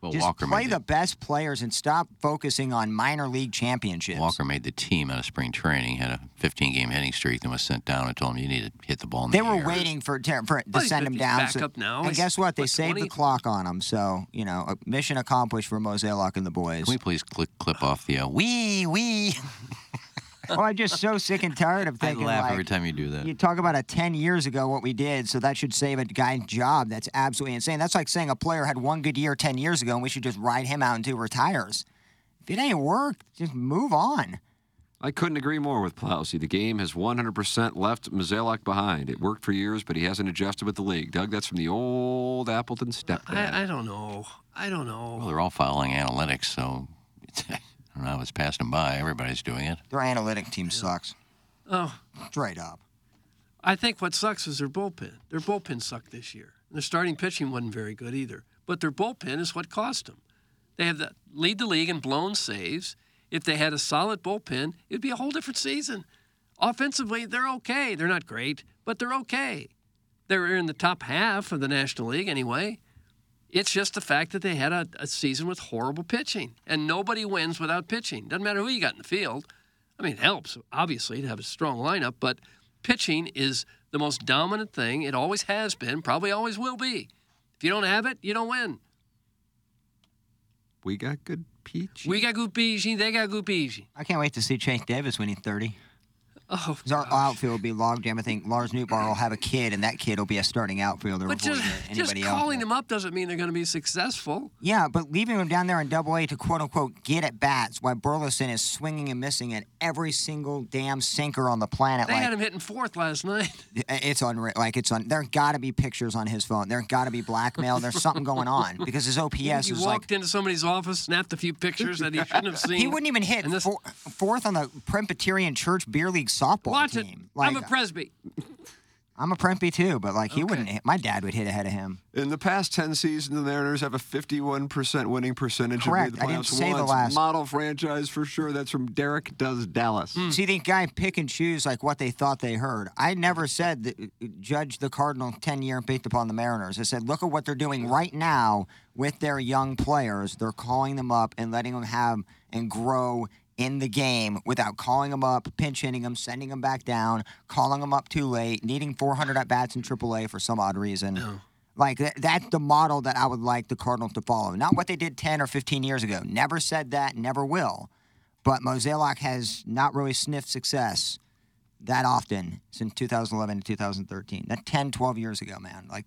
[SPEAKER 3] Well,
[SPEAKER 4] just
[SPEAKER 3] Walker
[SPEAKER 4] play
[SPEAKER 3] made
[SPEAKER 4] the best players and stop focusing on minor league championships.
[SPEAKER 3] Walker made the team out of spring training, had a 15 game hitting streak, then was sent down and told him you need to hit the ball in
[SPEAKER 4] They
[SPEAKER 3] the
[SPEAKER 4] were
[SPEAKER 3] air."
[SPEAKER 4] waiting for, ter- for to
[SPEAKER 5] Well, he's
[SPEAKER 4] send him
[SPEAKER 5] he's
[SPEAKER 4] down.
[SPEAKER 5] back
[SPEAKER 4] so-
[SPEAKER 5] up now.
[SPEAKER 4] And
[SPEAKER 5] He's,
[SPEAKER 4] guess what? They
[SPEAKER 5] what,
[SPEAKER 4] saved
[SPEAKER 5] 20?
[SPEAKER 4] the clock on him. So, you know, a mission accomplished for Moselock and the boys.
[SPEAKER 3] Can we please click, clip off the uh, wee wee?
[SPEAKER 4] oh, I'm just so sick and tired of
[SPEAKER 3] I
[SPEAKER 4] thinking
[SPEAKER 3] laugh
[SPEAKER 4] like,
[SPEAKER 3] every time you do that.
[SPEAKER 4] You talk about a 10 years ago what we did, so that should save a guy's job. That's absolutely insane. That's like saying a player had one good year 10 years ago and we should just ride him out until he retires. If it ain't work, just move on.
[SPEAKER 6] I couldn't agree more with Plowsy. The game has 100% left Mazalak behind. It worked for years, but he hasn't adjusted with the league. Doug, that's from the old Appleton stepdad.
[SPEAKER 5] I, I don't know. I don't know.
[SPEAKER 3] well, they're all following analytics, so I don't know. I was passing them by. Everybody's doing it.
[SPEAKER 4] Their analytic team sucks.
[SPEAKER 5] Oh,
[SPEAKER 4] Straight up.
[SPEAKER 5] I think what sucks is their bullpen. Their bullpen sucked this year. Their starting pitching wasn't very good either. But their bullpen is what cost them. They have the lead the league in blown saves. If they had a solid bullpen, it'd be a whole different season. Offensively, they're okay. They're not great, but they're okay. They're in the top half of the National League anyway. It's just the fact that they had a, a season with horrible pitching, and nobody wins without pitching. Doesn't matter who you got in the field. I mean, it helps, obviously, to have a strong lineup, but pitching is the most dominant thing. It always has been, probably always will be. If you don't have it, you don't win.
[SPEAKER 6] we got good peach.
[SPEAKER 5] We got Gupiji, they got Gupiji.
[SPEAKER 4] I can't wait to see Chase Davis when he's 30.
[SPEAKER 5] Oh,
[SPEAKER 4] 'Cause our outfield will be logjam. I think Lars Newbar will have a kid, and that kid will be a starting outfielder
[SPEAKER 5] but
[SPEAKER 4] before
[SPEAKER 5] just, just
[SPEAKER 4] anybody else.
[SPEAKER 5] calling
[SPEAKER 4] will.
[SPEAKER 5] them up doesn't mean they're going to be successful.
[SPEAKER 4] Yeah, but leaving him down there in double A to quote unquote get at bats while Burleson is swinging and missing at every single damn sinker on the planet.
[SPEAKER 5] They
[SPEAKER 4] like,
[SPEAKER 5] had him hitting fourth last night.
[SPEAKER 4] it's unreal. Like, it's on. There got to be pictures on his phone. There got to be blackmail. There's something going on because his OPS
[SPEAKER 5] he
[SPEAKER 4] is
[SPEAKER 5] walked
[SPEAKER 4] like.
[SPEAKER 5] into somebody's office, snapped a few pictures that he shouldn't have seen.
[SPEAKER 4] He wouldn't even hit
[SPEAKER 5] And this-
[SPEAKER 4] four, fourth on the Presbyterian Church Beer League softball
[SPEAKER 5] Watch it.
[SPEAKER 4] team. Like, uh,
[SPEAKER 5] I'm a Presby.
[SPEAKER 4] I'm a Prempy too, but like he wouldn't. hit. My dad would hit ahead of him.
[SPEAKER 6] In the past 10 seasons, the Mariners have a 51% winning percentage. and
[SPEAKER 4] Correct.
[SPEAKER 6] made
[SPEAKER 4] I didn't
[SPEAKER 6] playoffs
[SPEAKER 4] say the
[SPEAKER 6] once.
[SPEAKER 4] last-
[SPEAKER 6] Model franchise for sure. That's from Derek Does Dallas.
[SPEAKER 4] See, the guy pick and choose like what they thought they heard. I never said that, uh, judge the Cardinal ten year based upon the Mariners. I said look at what they're doing right now with their young players. They're calling them up and letting them have and grow in the game without calling them up, pinch hitting them, sending them back down, calling them up too late, needing 400 at bats in AAA for some odd reason. Like that, that's the model that I would like the Cardinals to follow. Not what they did 10 or 15 years ago. Never said that, never will. But Moselock has not really sniffed success that often since 2011 to 2013. That 10, 12 years ago, man. Like,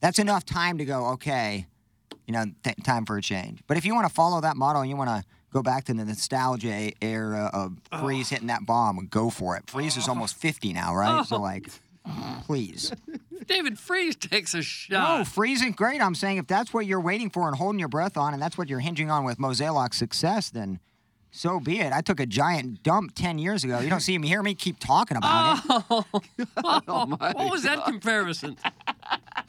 [SPEAKER 4] that's enough time to go, okay, you know, th- time for a change. But if you want to follow that model and you want to go back to the nostalgia e-, era of Freeze hitting that bomb, go for it. Freeze is almost 50 now, right? So, like, please.
[SPEAKER 5] David Freeze takes
[SPEAKER 4] Oh,
[SPEAKER 5] a
[SPEAKER 4] No,
[SPEAKER 5] shot.
[SPEAKER 4] freezing great. I'm saying if that's what you're waiting for and holding your breath on, and that's what you're hinging on with Moselock's success, then so be it. I took a giant dump 10 years ago. You don't see me, hear me keep talking about
[SPEAKER 5] Oh.
[SPEAKER 4] oh
[SPEAKER 5] what was that comparison?
[SPEAKER 4] it.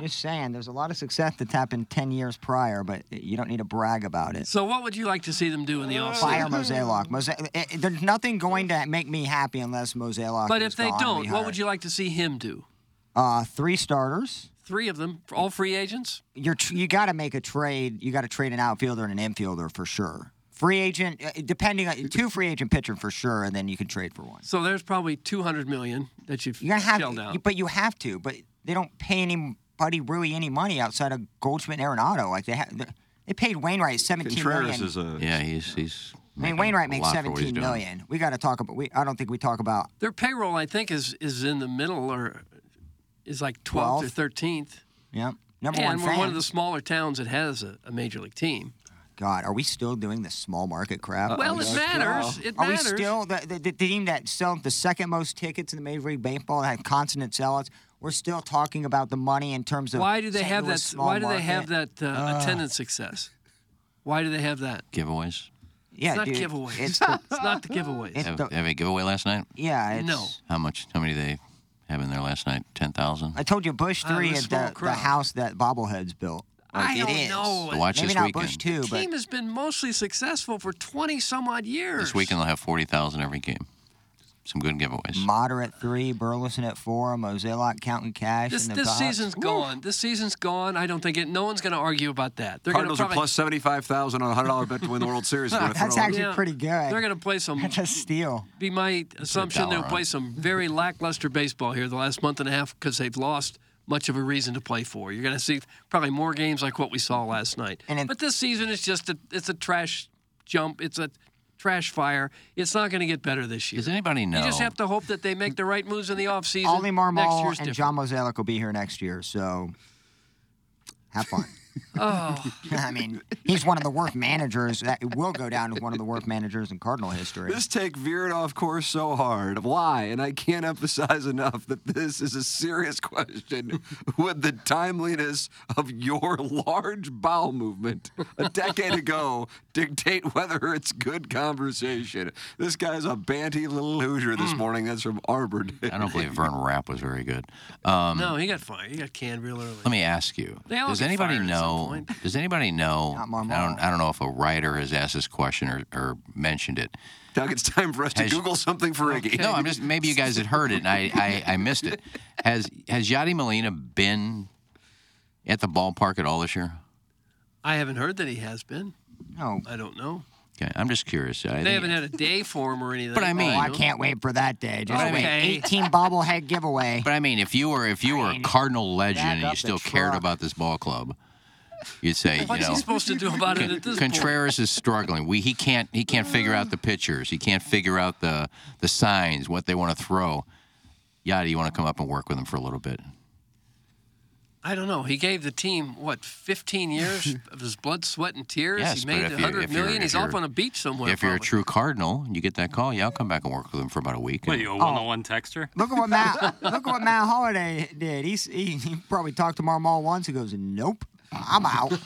[SPEAKER 4] Just saying, there's a lot of success that's happened 10 years prior, but you don't need to brag about it.
[SPEAKER 5] So, what would you like to see them do in the
[SPEAKER 4] Fire
[SPEAKER 5] offseason?
[SPEAKER 4] Moselock. Mose- it- it- eh, there's nothing going to make me happy unless Moselock.
[SPEAKER 5] But
[SPEAKER 4] is
[SPEAKER 5] if they
[SPEAKER 4] gone
[SPEAKER 5] don't,
[SPEAKER 4] and
[SPEAKER 5] what would
[SPEAKER 4] rehired.
[SPEAKER 5] you like to see him do?
[SPEAKER 4] Uh, three starters.
[SPEAKER 5] Three of them, all free agents.
[SPEAKER 4] you're tr- you got to make a trade. You got to trade an outfielder and an infielder for sure. Free agent, uh, depending on two free agent pitcher for sure, and then you can trade for one.
[SPEAKER 5] So there's probably 200 million that you've
[SPEAKER 4] You're gonna have,
[SPEAKER 5] shelled out.
[SPEAKER 4] to, but you have to. But they don't pay anybody really any money outside of Goldschmidt and Arenado. Like they ha- they- they paid Wainwright seventeen million.
[SPEAKER 6] Contreras is a.
[SPEAKER 3] Yeah, he's. he's
[SPEAKER 4] I mean,
[SPEAKER 3] making
[SPEAKER 4] Wainwright
[SPEAKER 3] a
[SPEAKER 4] makes
[SPEAKER 3] lot for what he's
[SPEAKER 4] seventeen
[SPEAKER 3] doing.
[SPEAKER 4] million. We got to talk about. We I don't think we talk about
[SPEAKER 5] Their payroll, I think, is is in the middle or is like 12th or 13th.
[SPEAKER 4] yeah number
[SPEAKER 5] And
[SPEAKER 4] one
[SPEAKER 5] we're
[SPEAKER 4] fan.
[SPEAKER 5] one of the smaller towns that has a, a major league team.
[SPEAKER 4] God, are we still doing this small market crap?
[SPEAKER 5] Well, it matters. It
[SPEAKER 4] Are we
[SPEAKER 5] matters.
[SPEAKER 4] still the, the, the team that sold the second most tickets in the Major League Baseball that had constant sellouts? We're still talking about the money in terms of
[SPEAKER 5] why do they
[SPEAKER 4] St.
[SPEAKER 5] have
[SPEAKER 4] Louis
[SPEAKER 5] that?
[SPEAKER 4] small
[SPEAKER 5] Why do they have
[SPEAKER 4] market.
[SPEAKER 5] that uh, attendance success? Why do they have that?
[SPEAKER 3] Giveaways.
[SPEAKER 4] Yeah,
[SPEAKER 5] It's not
[SPEAKER 4] dude,
[SPEAKER 5] giveaways.
[SPEAKER 4] It's
[SPEAKER 5] It's,
[SPEAKER 4] the,
[SPEAKER 5] not the giveaways.
[SPEAKER 4] It's
[SPEAKER 3] Have,
[SPEAKER 4] the-
[SPEAKER 3] have a giveaway last night?
[SPEAKER 4] yeah, it's,
[SPEAKER 5] No.
[SPEAKER 3] How much? How many they having there last night? Ten thousand.
[SPEAKER 4] I told you Bush
[SPEAKER 7] Out
[SPEAKER 5] Uh,
[SPEAKER 7] of
[SPEAKER 4] three
[SPEAKER 7] a
[SPEAKER 4] is
[SPEAKER 7] small
[SPEAKER 4] the, the
[SPEAKER 7] crowd.
[SPEAKER 4] house that bobbleheads built. Like,
[SPEAKER 5] I
[SPEAKER 4] it
[SPEAKER 5] don't
[SPEAKER 4] is.
[SPEAKER 5] know.
[SPEAKER 3] So watch
[SPEAKER 4] Maybe
[SPEAKER 3] Uh, this
[SPEAKER 4] not
[SPEAKER 3] weekend.
[SPEAKER 4] Bush two,
[SPEAKER 5] The
[SPEAKER 4] but
[SPEAKER 5] team has been mostly successful for 20 some odd years.
[SPEAKER 3] This weekend they'll have forty thousand every game. Some good giveaways.
[SPEAKER 4] moderate three, Burleson at four, Moselock counting cash.
[SPEAKER 5] This,
[SPEAKER 4] and the
[SPEAKER 5] this
[SPEAKER 4] Bucks.
[SPEAKER 5] season's
[SPEAKER 4] Woo.
[SPEAKER 5] gone. This season's gone. I don't think it. No one's going to argue about that. They're
[SPEAKER 6] Cardinals
[SPEAKER 5] gonna
[SPEAKER 6] are
[SPEAKER 5] probably,
[SPEAKER 6] plus seventy five thousand on a hundred dollar bet to win the World Series. We're gonna
[SPEAKER 4] That's
[SPEAKER 6] throw it.
[SPEAKER 4] actually pretty good.
[SPEAKER 5] They're going to play some.
[SPEAKER 4] That's a steal.
[SPEAKER 5] Be my assumption they'll
[SPEAKER 3] dollar on
[SPEAKER 5] play
[SPEAKER 3] it.
[SPEAKER 5] some very lackluster baseball here the last month and a half because they've lost much of a reason to play for. You're going to see probably more games like what we saw last night.
[SPEAKER 4] And in-
[SPEAKER 5] but this season is just a it's a trash jump. It's a trash fire. It's not going to get better this year.
[SPEAKER 3] Does anybody know?
[SPEAKER 5] You just have to hope that they make the right moves in the offseason.
[SPEAKER 4] Ollie
[SPEAKER 5] Next
[SPEAKER 4] Marmol
[SPEAKER 5] year's
[SPEAKER 4] and
[SPEAKER 5] different.
[SPEAKER 4] John Mozeliak will be here next year, so have fun.
[SPEAKER 5] Oh,
[SPEAKER 4] I mean, he's one of the worst managers that will go down as one of the worst managers in Cardinal history.
[SPEAKER 6] This take veered off course so hard. Why? And I can't emphasize enough that this is a serious question with the timeliness of your large bowel movement a decade ago dictate whether it's good conversation. This guy's a banty little hoosier this morning. That's from Auburn.
[SPEAKER 3] Hmm. I don't believe Vern Rapp was very good. Um,
[SPEAKER 5] no, he got fired. He got canned real early.
[SPEAKER 3] Let me ask you.
[SPEAKER 5] They all
[SPEAKER 3] does
[SPEAKER 5] get
[SPEAKER 3] anybody
[SPEAKER 5] fired at some
[SPEAKER 3] know?
[SPEAKER 5] point.
[SPEAKER 3] Does anybody know? I
[SPEAKER 4] Not Marmol.
[SPEAKER 3] don't, I don't know if a writer has asked this question or, or mentioned it.
[SPEAKER 6] Doug, it's time for us to
[SPEAKER 3] Has-
[SPEAKER 6] Google something for Iggy.
[SPEAKER 3] No, I'm just maybe you guys had heard it and I, I, I missed it. Has has Yadi Molina been at the ballpark at all this year?
[SPEAKER 5] I haven't heard that he has been.
[SPEAKER 4] No,
[SPEAKER 5] I don't know.
[SPEAKER 3] Okay, I'm just curious. I
[SPEAKER 5] They
[SPEAKER 3] think-
[SPEAKER 5] haven't had a day for him or anything.
[SPEAKER 3] But I mean-
[SPEAKER 4] Oh, I can't wait for that day. Just
[SPEAKER 5] Okay.
[SPEAKER 4] wait. 18 bobblehead giveaway.
[SPEAKER 3] but I mean, if you were if you were a Cardinal legend and
[SPEAKER 4] up
[SPEAKER 3] you still
[SPEAKER 4] the
[SPEAKER 3] cared
[SPEAKER 4] truck.
[SPEAKER 3] about this ball club, you'd say you
[SPEAKER 5] What's he
[SPEAKER 3] know.
[SPEAKER 5] supposed to do about it at this point?
[SPEAKER 3] Contreras is struggling. We he can't he can't figure out the pitchers. He can't figure out the the signs what they want to throw. Yadi, you want to come up and work with him for a little bit?
[SPEAKER 5] I don't know. He gave the team what 15 years of his blood, sweat, and tears.
[SPEAKER 3] Yes,
[SPEAKER 5] he
[SPEAKER 3] but
[SPEAKER 5] made
[SPEAKER 3] if you-
[SPEAKER 5] 100
[SPEAKER 3] if you're-
[SPEAKER 5] million.
[SPEAKER 3] if
[SPEAKER 5] He's off
[SPEAKER 3] you're-
[SPEAKER 5] on a beach somewhere.
[SPEAKER 3] if you're a
[SPEAKER 5] probably.
[SPEAKER 3] true Cardinal, and you get that call. Yeah, I'll come back and work with him for about a week.
[SPEAKER 8] What are you, a one-on-one texter?
[SPEAKER 4] Look at what Matt. look at what Matt Holiday did. He's, he he probably talked to Marmol once. He goes, "Nope, I'm out."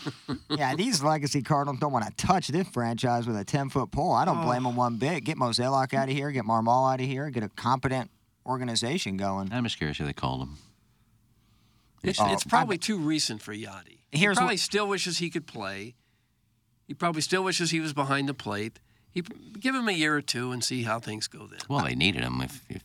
[SPEAKER 4] yeah, these legacy Cardinals don't want to touch this franchise with a ten foot pole. I don't blame them one bit. Get Moselock out of here. Get Marmol out of here. Get a competent organization going.
[SPEAKER 3] I'm just curious how they called him.
[SPEAKER 5] it's,
[SPEAKER 4] Oh,
[SPEAKER 5] it's probably too recent for Yachty.
[SPEAKER 4] Here's
[SPEAKER 5] he probably
[SPEAKER 4] what-
[SPEAKER 5] still wishes he could play. He probably still wishes he was behind the plate. He give him a year or two and see how things go then.
[SPEAKER 3] Well, they needed him if, if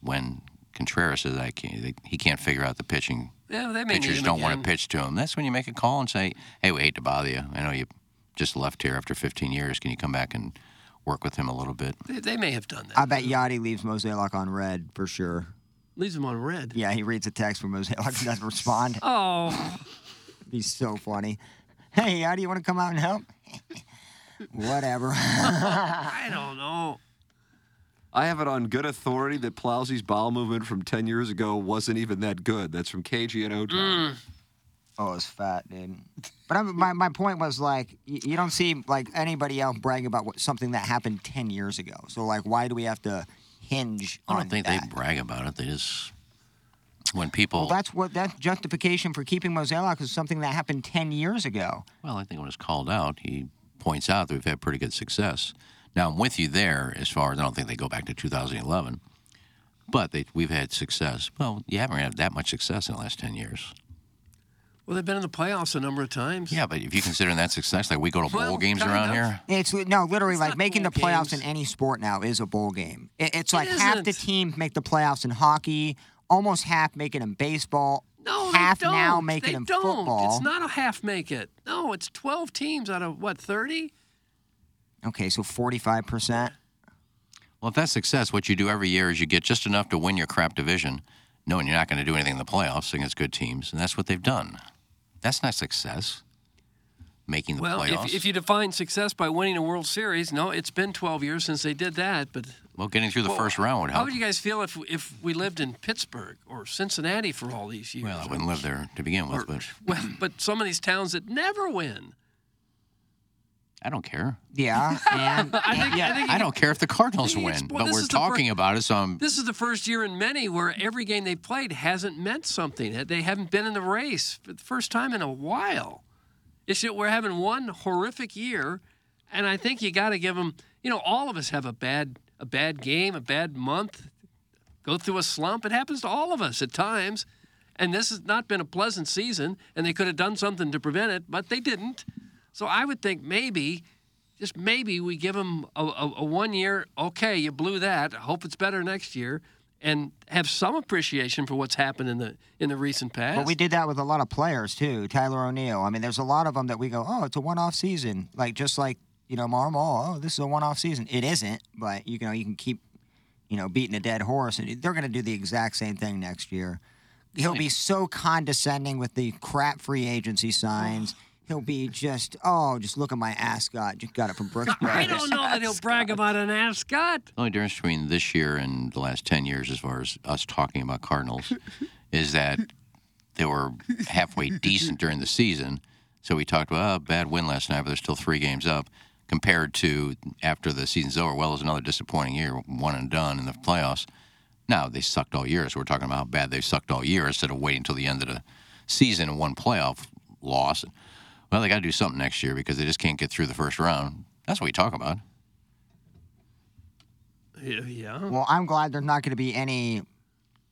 [SPEAKER 3] when Contreras says I can't, they, he can't figure out the pitching.
[SPEAKER 5] Yeah, they may need
[SPEAKER 3] Pitchers
[SPEAKER 5] him
[SPEAKER 3] don't
[SPEAKER 5] again.
[SPEAKER 3] want to pitch to him. That's when you make a call and say, "Hey, we hate to bother you. I know you just left here after 15 years. Can you come back and work with him a little bit?"
[SPEAKER 5] They, they may have done that.
[SPEAKER 4] I bet Yachty leaves Moselock on red for sure.
[SPEAKER 5] Leaves him on red.
[SPEAKER 4] Yeah, he reads a text from Moselock and doesn't respond.
[SPEAKER 5] Oh,
[SPEAKER 4] He's so funny. Hey, Yachty, you want to come out and help? Whatever.
[SPEAKER 5] I don't know.
[SPEAKER 6] I have it on good authority that Plowsy's bowel movement from 10 years ago wasn't even that good. That's from KG and O.
[SPEAKER 4] Oh, it's fat, dude. But I'm, my, my point was like, you, you don't see like anybody else bragging about what, something that happened ten years ago. So like, why do we have to hinge
[SPEAKER 3] I
[SPEAKER 4] on
[SPEAKER 3] don't think
[SPEAKER 4] that?
[SPEAKER 3] they brag about it. They just when people.
[SPEAKER 4] well, that's what that justification for keeping Mozeliak is something that happened ten years ago.
[SPEAKER 3] Well, I think when it's called out, he points out that we've had pretty good success. Now, I'm with you there as far as I don't think they go back to 2011, but they, we've had success. Well, you haven't had that much success in the last 10 years.
[SPEAKER 5] Well, they've been in the playoffs a number of times.
[SPEAKER 3] Yeah, but if you consider that success, like we go to bowl
[SPEAKER 5] Well,
[SPEAKER 3] games
[SPEAKER 5] kind
[SPEAKER 3] around
[SPEAKER 5] of.
[SPEAKER 3] here,
[SPEAKER 4] It's no, literally like
[SPEAKER 5] not
[SPEAKER 4] making the
[SPEAKER 5] bowl
[SPEAKER 4] playoffs
[SPEAKER 5] games.
[SPEAKER 4] in any sport now is a bowl game. It, it's like half the
[SPEAKER 5] isn't.
[SPEAKER 4] teams make the playoffs in hockey, almost half make it in baseball,
[SPEAKER 5] No, they
[SPEAKER 4] half
[SPEAKER 5] don't.
[SPEAKER 4] now make
[SPEAKER 5] they
[SPEAKER 4] it in
[SPEAKER 5] don't.
[SPEAKER 4] football.
[SPEAKER 5] It's not a half make it. No, it's 12 teams out of what 30?
[SPEAKER 4] okay, so forty-five percent.
[SPEAKER 3] well, if that's success, what you do every year is you get just enough to win your crap division, knowing you're not going to do anything in the playoffs against good teams, and that's what they've done. That's not success. Making the
[SPEAKER 5] Well,
[SPEAKER 3] playoffs.
[SPEAKER 5] if, if you define success by winning a World Series, no, it's been 12 years since they did that. But
[SPEAKER 3] well, getting through the first round would
[SPEAKER 5] how
[SPEAKER 3] help.
[SPEAKER 5] would you guys feel if if we lived in Pittsburgh or Cincinnati for all these years?
[SPEAKER 3] well, I wouldn't live there to begin with, but
[SPEAKER 5] Well, but some of these towns that never win.
[SPEAKER 3] I don't care.
[SPEAKER 4] Yeah, and
[SPEAKER 5] I think, I think
[SPEAKER 3] I don't care if the Cardinals
[SPEAKER 5] Well,
[SPEAKER 3] win,
[SPEAKER 5] this
[SPEAKER 3] but
[SPEAKER 5] is
[SPEAKER 3] we're
[SPEAKER 5] the fir-
[SPEAKER 3] talking about it, so I'm.
[SPEAKER 5] This is the first year in many where every game they played hasn't meant something. They haven't been in the race for the first time in a while. It's that we're having one horrific year, and I think you got to give them. You know, all of us have a bad a bad game, a bad month. go through a slump. It happens to all of us at times. And this has not been a pleasant season, and they could have done something to prevent it, but they didn't. So I would think maybe, just maybe, we give them a, a, a one year, okay, you blew that. I Hope it's better next year, and have some appreciation for what's happened in the in the recent past.
[SPEAKER 4] But we did that with a lot of players too. Tyler O'Neill. I mean, there's a lot of them that we go, oh, it's a one-off season. Like just like you know Marmol. Oh, this is a one-off season. It isn't, but you know you can keep you know beating a dead horse, and they're going to do the exact same thing next year. He'll be so condescending with the crap free agency signs. He'll be just, oh, just look at my ascot. Just got it from Brooks Brothers.
[SPEAKER 5] I don't know that he'll brag about an ascot.
[SPEAKER 3] The only difference between this year and the last 10 years, as far as us talking about Cardinals, is that they were halfway decent during the season. So we talked about, oh, bad win last night, but they're still three games up compared to after the season's over. Well, it was another disappointing year, one and done in the playoffs. No, they sucked all year. So we're talking about how bad they sucked all year instead of waiting until the end of the season and one playoff loss. Well, they got to do something next year because they just can't get through the first round. That's what we talk about.
[SPEAKER 5] Yeah, yeah.
[SPEAKER 4] Well, I'm glad there's not going to be any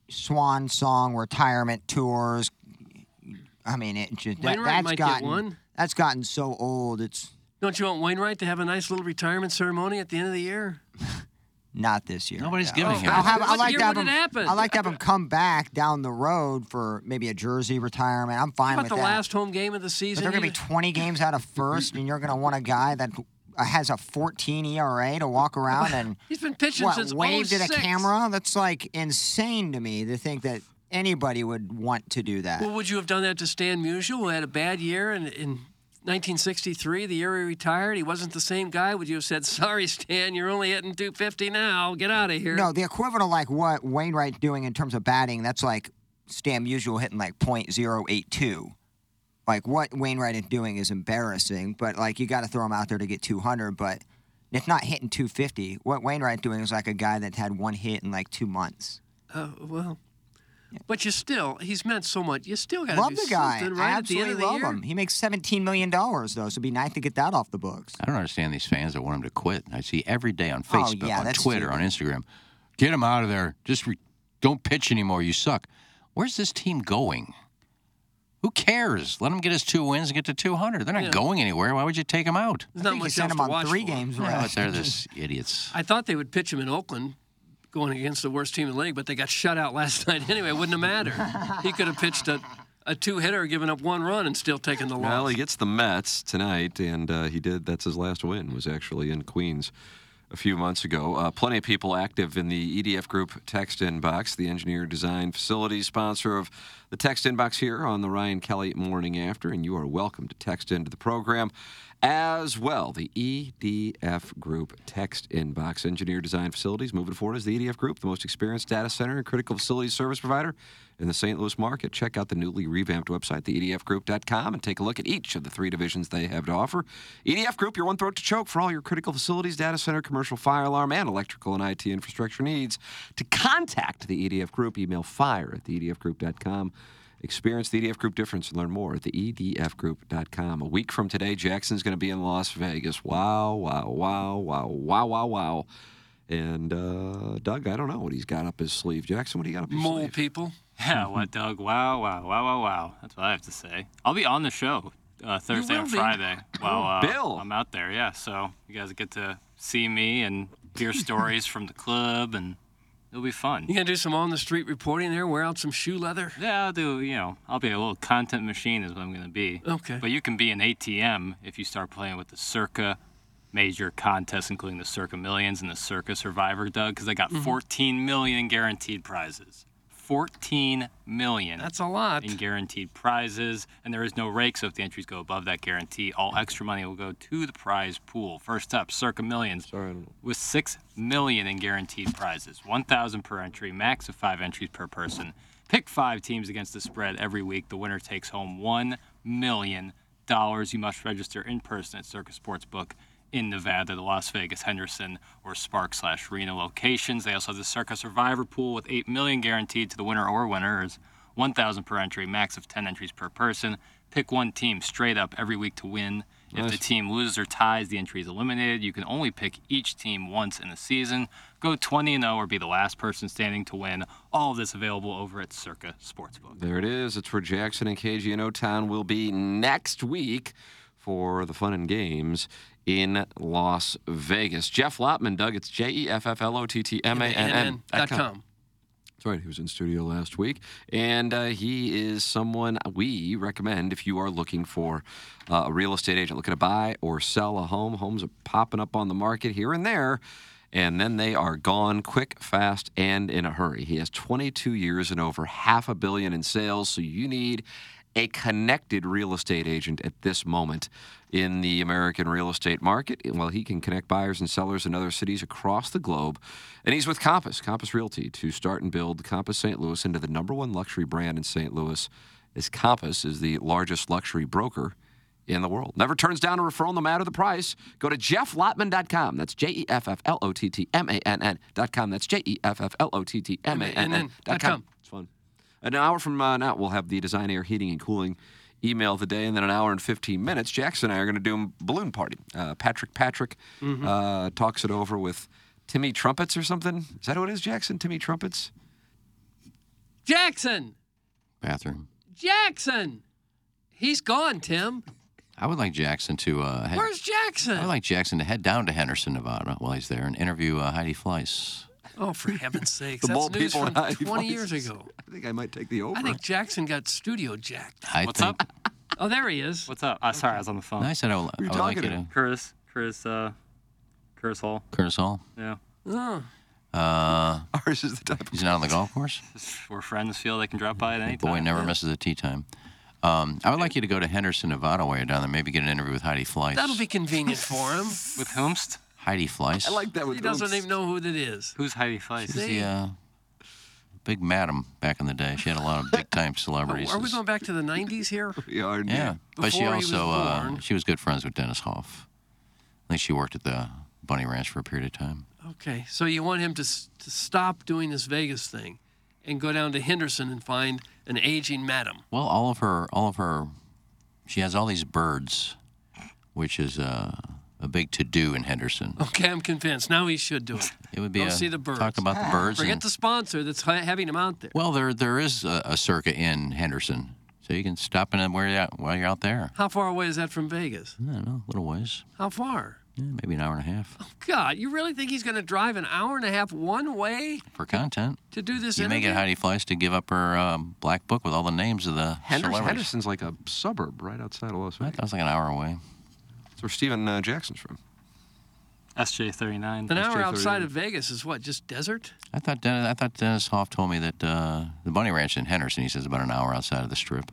[SPEAKER 4] swan song retirement tours. I mean, it just that,
[SPEAKER 5] Wainwright
[SPEAKER 4] has
[SPEAKER 5] might get
[SPEAKER 4] gotten
[SPEAKER 5] one.
[SPEAKER 4] that's gotten so old. It's
[SPEAKER 5] Don't you want Wainwright to have a nice little retirement ceremony at the end of the year?
[SPEAKER 4] not this year.
[SPEAKER 3] Nobody's giving him.
[SPEAKER 4] I'll have, I
[SPEAKER 5] What
[SPEAKER 4] like
[SPEAKER 5] year
[SPEAKER 4] to have
[SPEAKER 5] would
[SPEAKER 4] him.
[SPEAKER 5] it happen?
[SPEAKER 4] I like to have him come back down the road for maybe a jersey retirement. I'm fine
[SPEAKER 5] How about
[SPEAKER 4] with
[SPEAKER 5] the
[SPEAKER 4] that.
[SPEAKER 5] last home game of the
[SPEAKER 4] but
[SPEAKER 5] season?
[SPEAKER 4] they're going to
[SPEAKER 5] You-
[SPEAKER 4] be 20 games out of first, and you're going to want a guy that has a 14 ERA to walk around and
[SPEAKER 5] He's been pitching
[SPEAKER 4] what,
[SPEAKER 5] since
[SPEAKER 4] waved at a
[SPEAKER 5] 06.
[SPEAKER 4] camera. That's like insane to me to think that anybody would want to do that.
[SPEAKER 5] Well, would you have done that to Stan Musial, who had a bad year in, in 1963, the year he retired? He wasn't the same guy. Would you have said, "Sorry, Stan, you're only hitting 250 now. Get out of here"?
[SPEAKER 4] No, the equivalent of like what Wainwright's doing in terms of batting, that's like Stam Usual hitting like .082. Like what Wainwright is doing is embarrassing, but like you got to throw him out there to get 200. But it's not hitting 250. What Wainwright doing is like a guy that had one hit in like two months.
[SPEAKER 5] Uh, well, but you still—he's meant so much. You still got to
[SPEAKER 4] love
[SPEAKER 5] do
[SPEAKER 4] the guy.
[SPEAKER 5] something
[SPEAKER 4] I
[SPEAKER 5] right at the end
[SPEAKER 4] absolutely
[SPEAKER 5] of the
[SPEAKER 4] love
[SPEAKER 5] year.
[SPEAKER 4] him. He makes 17 million dollars though, so it'd be nice to get that off the books.
[SPEAKER 3] I don't understand these fans that want him to quit. I see every day on
[SPEAKER 4] Oh,
[SPEAKER 3] Facebook,
[SPEAKER 4] yeah,
[SPEAKER 3] on
[SPEAKER 4] that's
[SPEAKER 3] Twitter, on
[SPEAKER 4] stupid.
[SPEAKER 3] Instagram. Get him out of there. Just re- don't pitch anymore. You suck. Where's this team going? Who cares? Let him get his two wins and get to 200. They're not going anywhere. Why would you take him out?
[SPEAKER 5] There's
[SPEAKER 4] I
[SPEAKER 5] not
[SPEAKER 4] think you
[SPEAKER 5] much
[SPEAKER 4] sent
[SPEAKER 5] else
[SPEAKER 4] him
[SPEAKER 5] to
[SPEAKER 4] on
[SPEAKER 5] watch
[SPEAKER 4] three
[SPEAKER 5] for.
[SPEAKER 4] games.
[SPEAKER 3] But
[SPEAKER 4] rest.
[SPEAKER 3] they're this idiots.
[SPEAKER 5] I thought they would pitch him in Oakland, going against the worst team in the league, but they got shut out last night anyway. It wouldn't have mattered. he could have pitched a, a two-hitter, given up one run, and still taken the loss.
[SPEAKER 6] Well, he gets the Mets tonight, and uh, he did. That's his last win. Was actually in Queens a few months ago. Uh, plenty of people active in the EDF Group text inbox, the engineer design facility sponsor of the text inbox here on the Ryan Kelly Morning After, and you are welcome to text into the program as well. The EDF Group text inbox, engineer design facilities, moving forward is the EDF Group, the most experienced data center and critical facilities service provider in the St. Louis market. Check out the newly revamped website, E theedfgroup.com, and take a look at each of the three divisions they have to offer. EDF Group, your one throat to choke for all your critical facilities, data center, commercial fire alarm, and electrical and IT infrastructure needs. To contact the EDF Group, email fire at E theedfgroup.com. Experience the EDF Group difference and learn more at the E edfgroup.com. A week from today, Jackson's going to be in Las Vegas. Wow, wow, wow, wow, wow, wow, wow. And uh, Doug, I don't know what he's got up his sleeve. Jackson, what do you got up your
[SPEAKER 5] Mole
[SPEAKER 6] sleeve?
[SPEAKER 5] people.
[SPEAKER 8] Yeah, what, Doug? Wow, wow, wow, wow, wow. That's what I have to say. I'll be on the show uh, Thursday
[SPEAKER 5] will
[SPEAKER 8] and
[SPEAKER 5] be.
[SPEAKER 8] Friday. Well, uh,
[SPEAKER 6] Bill.
[SPEAKER 8] I'm out there, yeah. So you guys get to see me and hear stories from the club, and it'll be fun.
[SPEAKER 5] You gonna do some on-the-street reporting there? Wear out some shoe leather?
[SPEAKER 8] Yeah, I'll do, you know, I'll be a little content machine, is what I'm going to be.
[SPEAKER 5] Okay.
[SPEAKER 8] But you can be an ATM if you start playing with the Circa major contests, including the Circa Millions and the Circa Survivor, Doug, because I got
[SPEAKER 5] Mm-hmm.
[SPEAKER 8] 14 million guaranteed prizes. 14 million.
[SPEAKER 5] That's a lot.
[SPEAKER 8] In guaranteed prizes, and there is no rake, so if the entries go above that guarantee, all extra money will go to the prize pool. First up, Circa Millions with 6 million in guaranteed prizes, 1,000 per entry, max of 5 entries per person. Pick 5 teams against the spread every week. The winner takes home 1 million dollars. You must register in person at Circus Sportsbook in Nevada, the Las Vegas, Henderson, or Spark slash Reno locations. They also have the Circa Survivor Pool with 8 million guaranteed to the winner or winners, 1,000 per entry, max of 10 entries per person. Pick one team straight up every week to win. If the team loses or ties, the entry is eliminated. You can only pick each team once in a season. Go 20 and 0 or be the last person standing to win. All of this available over at Circa Sportsbook.
[SPEAKER 6] There it is. It's where Jackson and KG and O Town will be next week for the fun and games in Las Vegas. Jeff Lotman, Doug, it's J E F F L O T T M A N N
[SPEAKER 5] dot com.
[SPEAKER 6] That's right. He was in studio last week, and uh, he is someone we recommend if you are looking for uh, a real estate agent looking to buy or sell a home. Homes are popping up on the market here and there, and then they are gone quick, fast, and in a hurry. He has 22 years and over half a billion in sales, so you need a connected real estate agent at this moment in the American real estate market. Well, he can connect buyers and sellers in other cities across the globe. And he's with Compass, Compass Realty, to start and build Compass St. Louis into the number one luxury brand in St. Louis, as Compass is the largest luxury broker in the world. Never turns down a referral no matter the price. Go to jefflotman.com. That's J E F F L O T T M A N N.com. That's J E F F L O T T M A N N.com. It's fun. An hour from uh, now, we'll have the Design Air Heating and Cooling email of the day, and then an hour and 15 minutes, Jackson and I are going to do a balloon party. Uh, Patrick Patrick
[SPEAKER 5] Mm-hmm.
[SPEAKER 9] Mhm.
[SPEAKER 6] uh, talks it over with Timmy Trumpets or something. Is that what it is, Jackson? Timmy Trumpets?
[SPEAKER 5] Jackson,
[SPEAKER 3] Bathroom.
[SPEAKER 5] Jackson, he's gone. Tim,
[SPEAKER 3] I would like Jackson to. Uh, head,
[SPEAKER 5] where's Jackson?
[SPEAKER 3] I would like Jackson to head down to Henderson, Nevada, while he's there, and interview uh, Heidi Fleiss.
[SPEAKER 5] Oh, for heaven's sakes!
[SPEAKER 3] The
[SPEAKER 5] That's
[SPEAKER 3] bald
[SPEAKER 5] news
[SPEAKER 3] people
[SPEAKER 5] from
[SPEAKER 3] and Ivy
[SPEAKER 5] 20
[SPEAKER 3] Vices.
[SPEAKER 5] years ago.
[SPEAKER 6] I think I might take the over.
[SPEAKER 5] I think Jackson got studio jacked.
[SPEAKER 3] I
[SPEAKER 8] What's
[SPEAKER 3] think,
[SPEAKER 8] up?
[SPEAKER 5] Oh, there he is.
[SPEAKER 8] What's up? Uh, sorry, I was on the phone.
[SPEAKER 3] I said I would, I would like you to.
[SPEAKER 8] Curtis, Curtis, uh, Curtis Hall.
[SPEAKER 3] Curtis Hall.
[SPEAKER 8] Yeah.
[SPEAKER 5] Oh.
[SPEAKER 3] Uh,
[SPEAKER 6] Ours is the type.
[SPEAKER 3] He's not on the golf course.
[SPEAKER 8] Where friends feel they can drop by at any time.
[SPEAKER 3] Boy never misses a tee time. Um, I would like you to go to Henderson, Nevada, while you're down there. Maybe get an interview with Heidi Fleiss.
[SPEAKER 5] That'll be convenient for him.
[SPEAKER 8] With Homst?
[SPEAKER 3] Heidi Fleiss.
[SPEAKER 6] that.
[SPEAKER 5] He doesn't even know who it is.
[SPEAKER 8] Who's Heidi Fleiss?
[SPEAKER 3] She's the uh, big madam back in the day. She had a lot of big time celebrities.
[SPEAKER 5] Are we going back to the 90s here?
[SPEAKER 3] yeah, but she
[SPEAKER 5] Before he was
[SPEAKER 3] also uh,
[SPEAKER 5] born.
[SPEAKER 3] she was good friends with Dennis Hoff. I think she worked at the Bunny Ranch for a period of time.
[SPEAKER 5] Okay, so you want him to, s- to stop doing this Vegas thing and go down to Henderson and find an aging madam.
[SPEAKER 3] Well, all of her, all of her, she has all these birds, which is uh, a big to do in Henderson.
[SPEAKER 5] Okay, I'm convinced. Now he should do it.
[SPEAKER 3] It would be
[SPEAKER 5] Oh, Go
[SPEAKER 3] a-
[SPEAKER 5] see the birds. Ah,
[SPEAKER 3] talk about the birds
[SPEAKER 5] Forget
[SPEAKER 3] and-
[SPEAKER 5] the sponsor that's ha- having him out there.
[SPEAKER 3] Well, there there is a, a circa in Henderson, so you can stop in where you're out, while you're out there.
[SPEAKER 5] How far away is that from Vegas?
[SPEAKER 3] I don't know, a little ways,
[SPEAKER 5] How far?
[SPEAKER 3] yeah, maybe an hour and a half
[SPEAKER 5] God, you really think he's going to drive an hour and a half one way
[SPEAKER 3] for content.
[SPEAKER 5] to do this
[SPEAKER 3] You may
[SPEAKER 5] interview?
[SPEAKER 3] get Heidi Fleiss to give up her um, black book with all the names of the
[SPEAKER 6] Henderson,
[SPEAKER 3] celebrities.
[SPEAKER 6] Henderson's like a suburb right outside of Las Vegas.
[SPEAKER 3] That was like an hour away.
[SPEAKER 6] That's where Stephen uh, Jackson's from.
[SPEAKER 8] SJ39.
[SPEAKER 5] An hour outside of Vegas is what? Just desert?
[SPEAKER 3] I thought Dennis, I thought Dennis Hoff told me that uh, the Bunny Ranch in Henderson. He says about an hour outside of the Strip.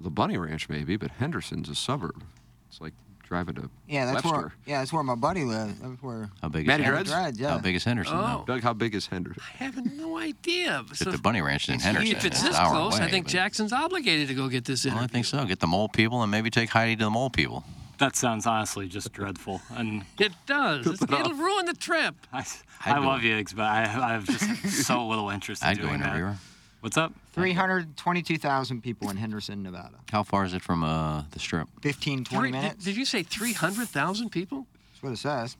[SPEAKER 6] The Bunny Ranch, maybe, but Henderson's a suburb. It's like driving to
[SPEAKER 4] Yeah, that's
[SPEAKER 6] Webster.
[SPEAKER 4] where. Yeah, that's where my buddy lives. That's where.
[SPEAKER 3] How big
[SPEAKER 6] Matty
[SPEAKER 3] is Henderson?
[SPEAKER 4] Dreads, yeah.
[SPEAKER 3] How big is Henderson?
[SPEAKER 5] Oh.
[SPEAKER 3] though?
[SPEAKER 6] Doug, how big is Henderson?
[SPEAKER 5] I have no idea.
[SPEAKER 3] Is it
[SPEAKER 5] So
[SPEAKER 3] the Bunny Ranch is in Henderson.
[SPEAKER 5] if it's
[SPEAKER 3] an
[SPEAKER 5] this
[SPEAKER 3] hour
[SPEAKER 5] close, I
[SPEAKER 3] away,
[SPEAKER 5] think
[SPEAKER 3] but-
[SPEAKER 5] Jackson's obligated to go get this
[SPEAKER 3] Well, I
[SPEAKER 5] interview.
[SPEAKER 3] think so. Get the mole people and maybe take Heidi to the mole people.
[SPEAKER 8] That sounds honestly just dreadful. And
[SPEAKER 5] It does. It's- it'll ruin the trip.
[SPEAKER 8] I,
[SPEAKER 3] I'd
[SPEAKER 8] I
[SPEAKER 3] go-
[SPEAKER 8] love Yiggs, but I, I have just so little interest in
[SPEAKER 3] I'd go
[SPEAKER 8] doing that.
[SPEAKER 3] interview her.
[SPEAKER 8] What's up?
[SPEAKER 4] 322,000 people in Henderson, Nevada.
[SPEAKER 3] How far is it from uh, the Strip?
[SPEAKER 4] 15, 20
[SPEAKER 5] Three-
[SPEAKER 4] minutes.
[SPEAKER 5] Did, did you say 300,000 people?
[SPEAKER 4] That's what it says.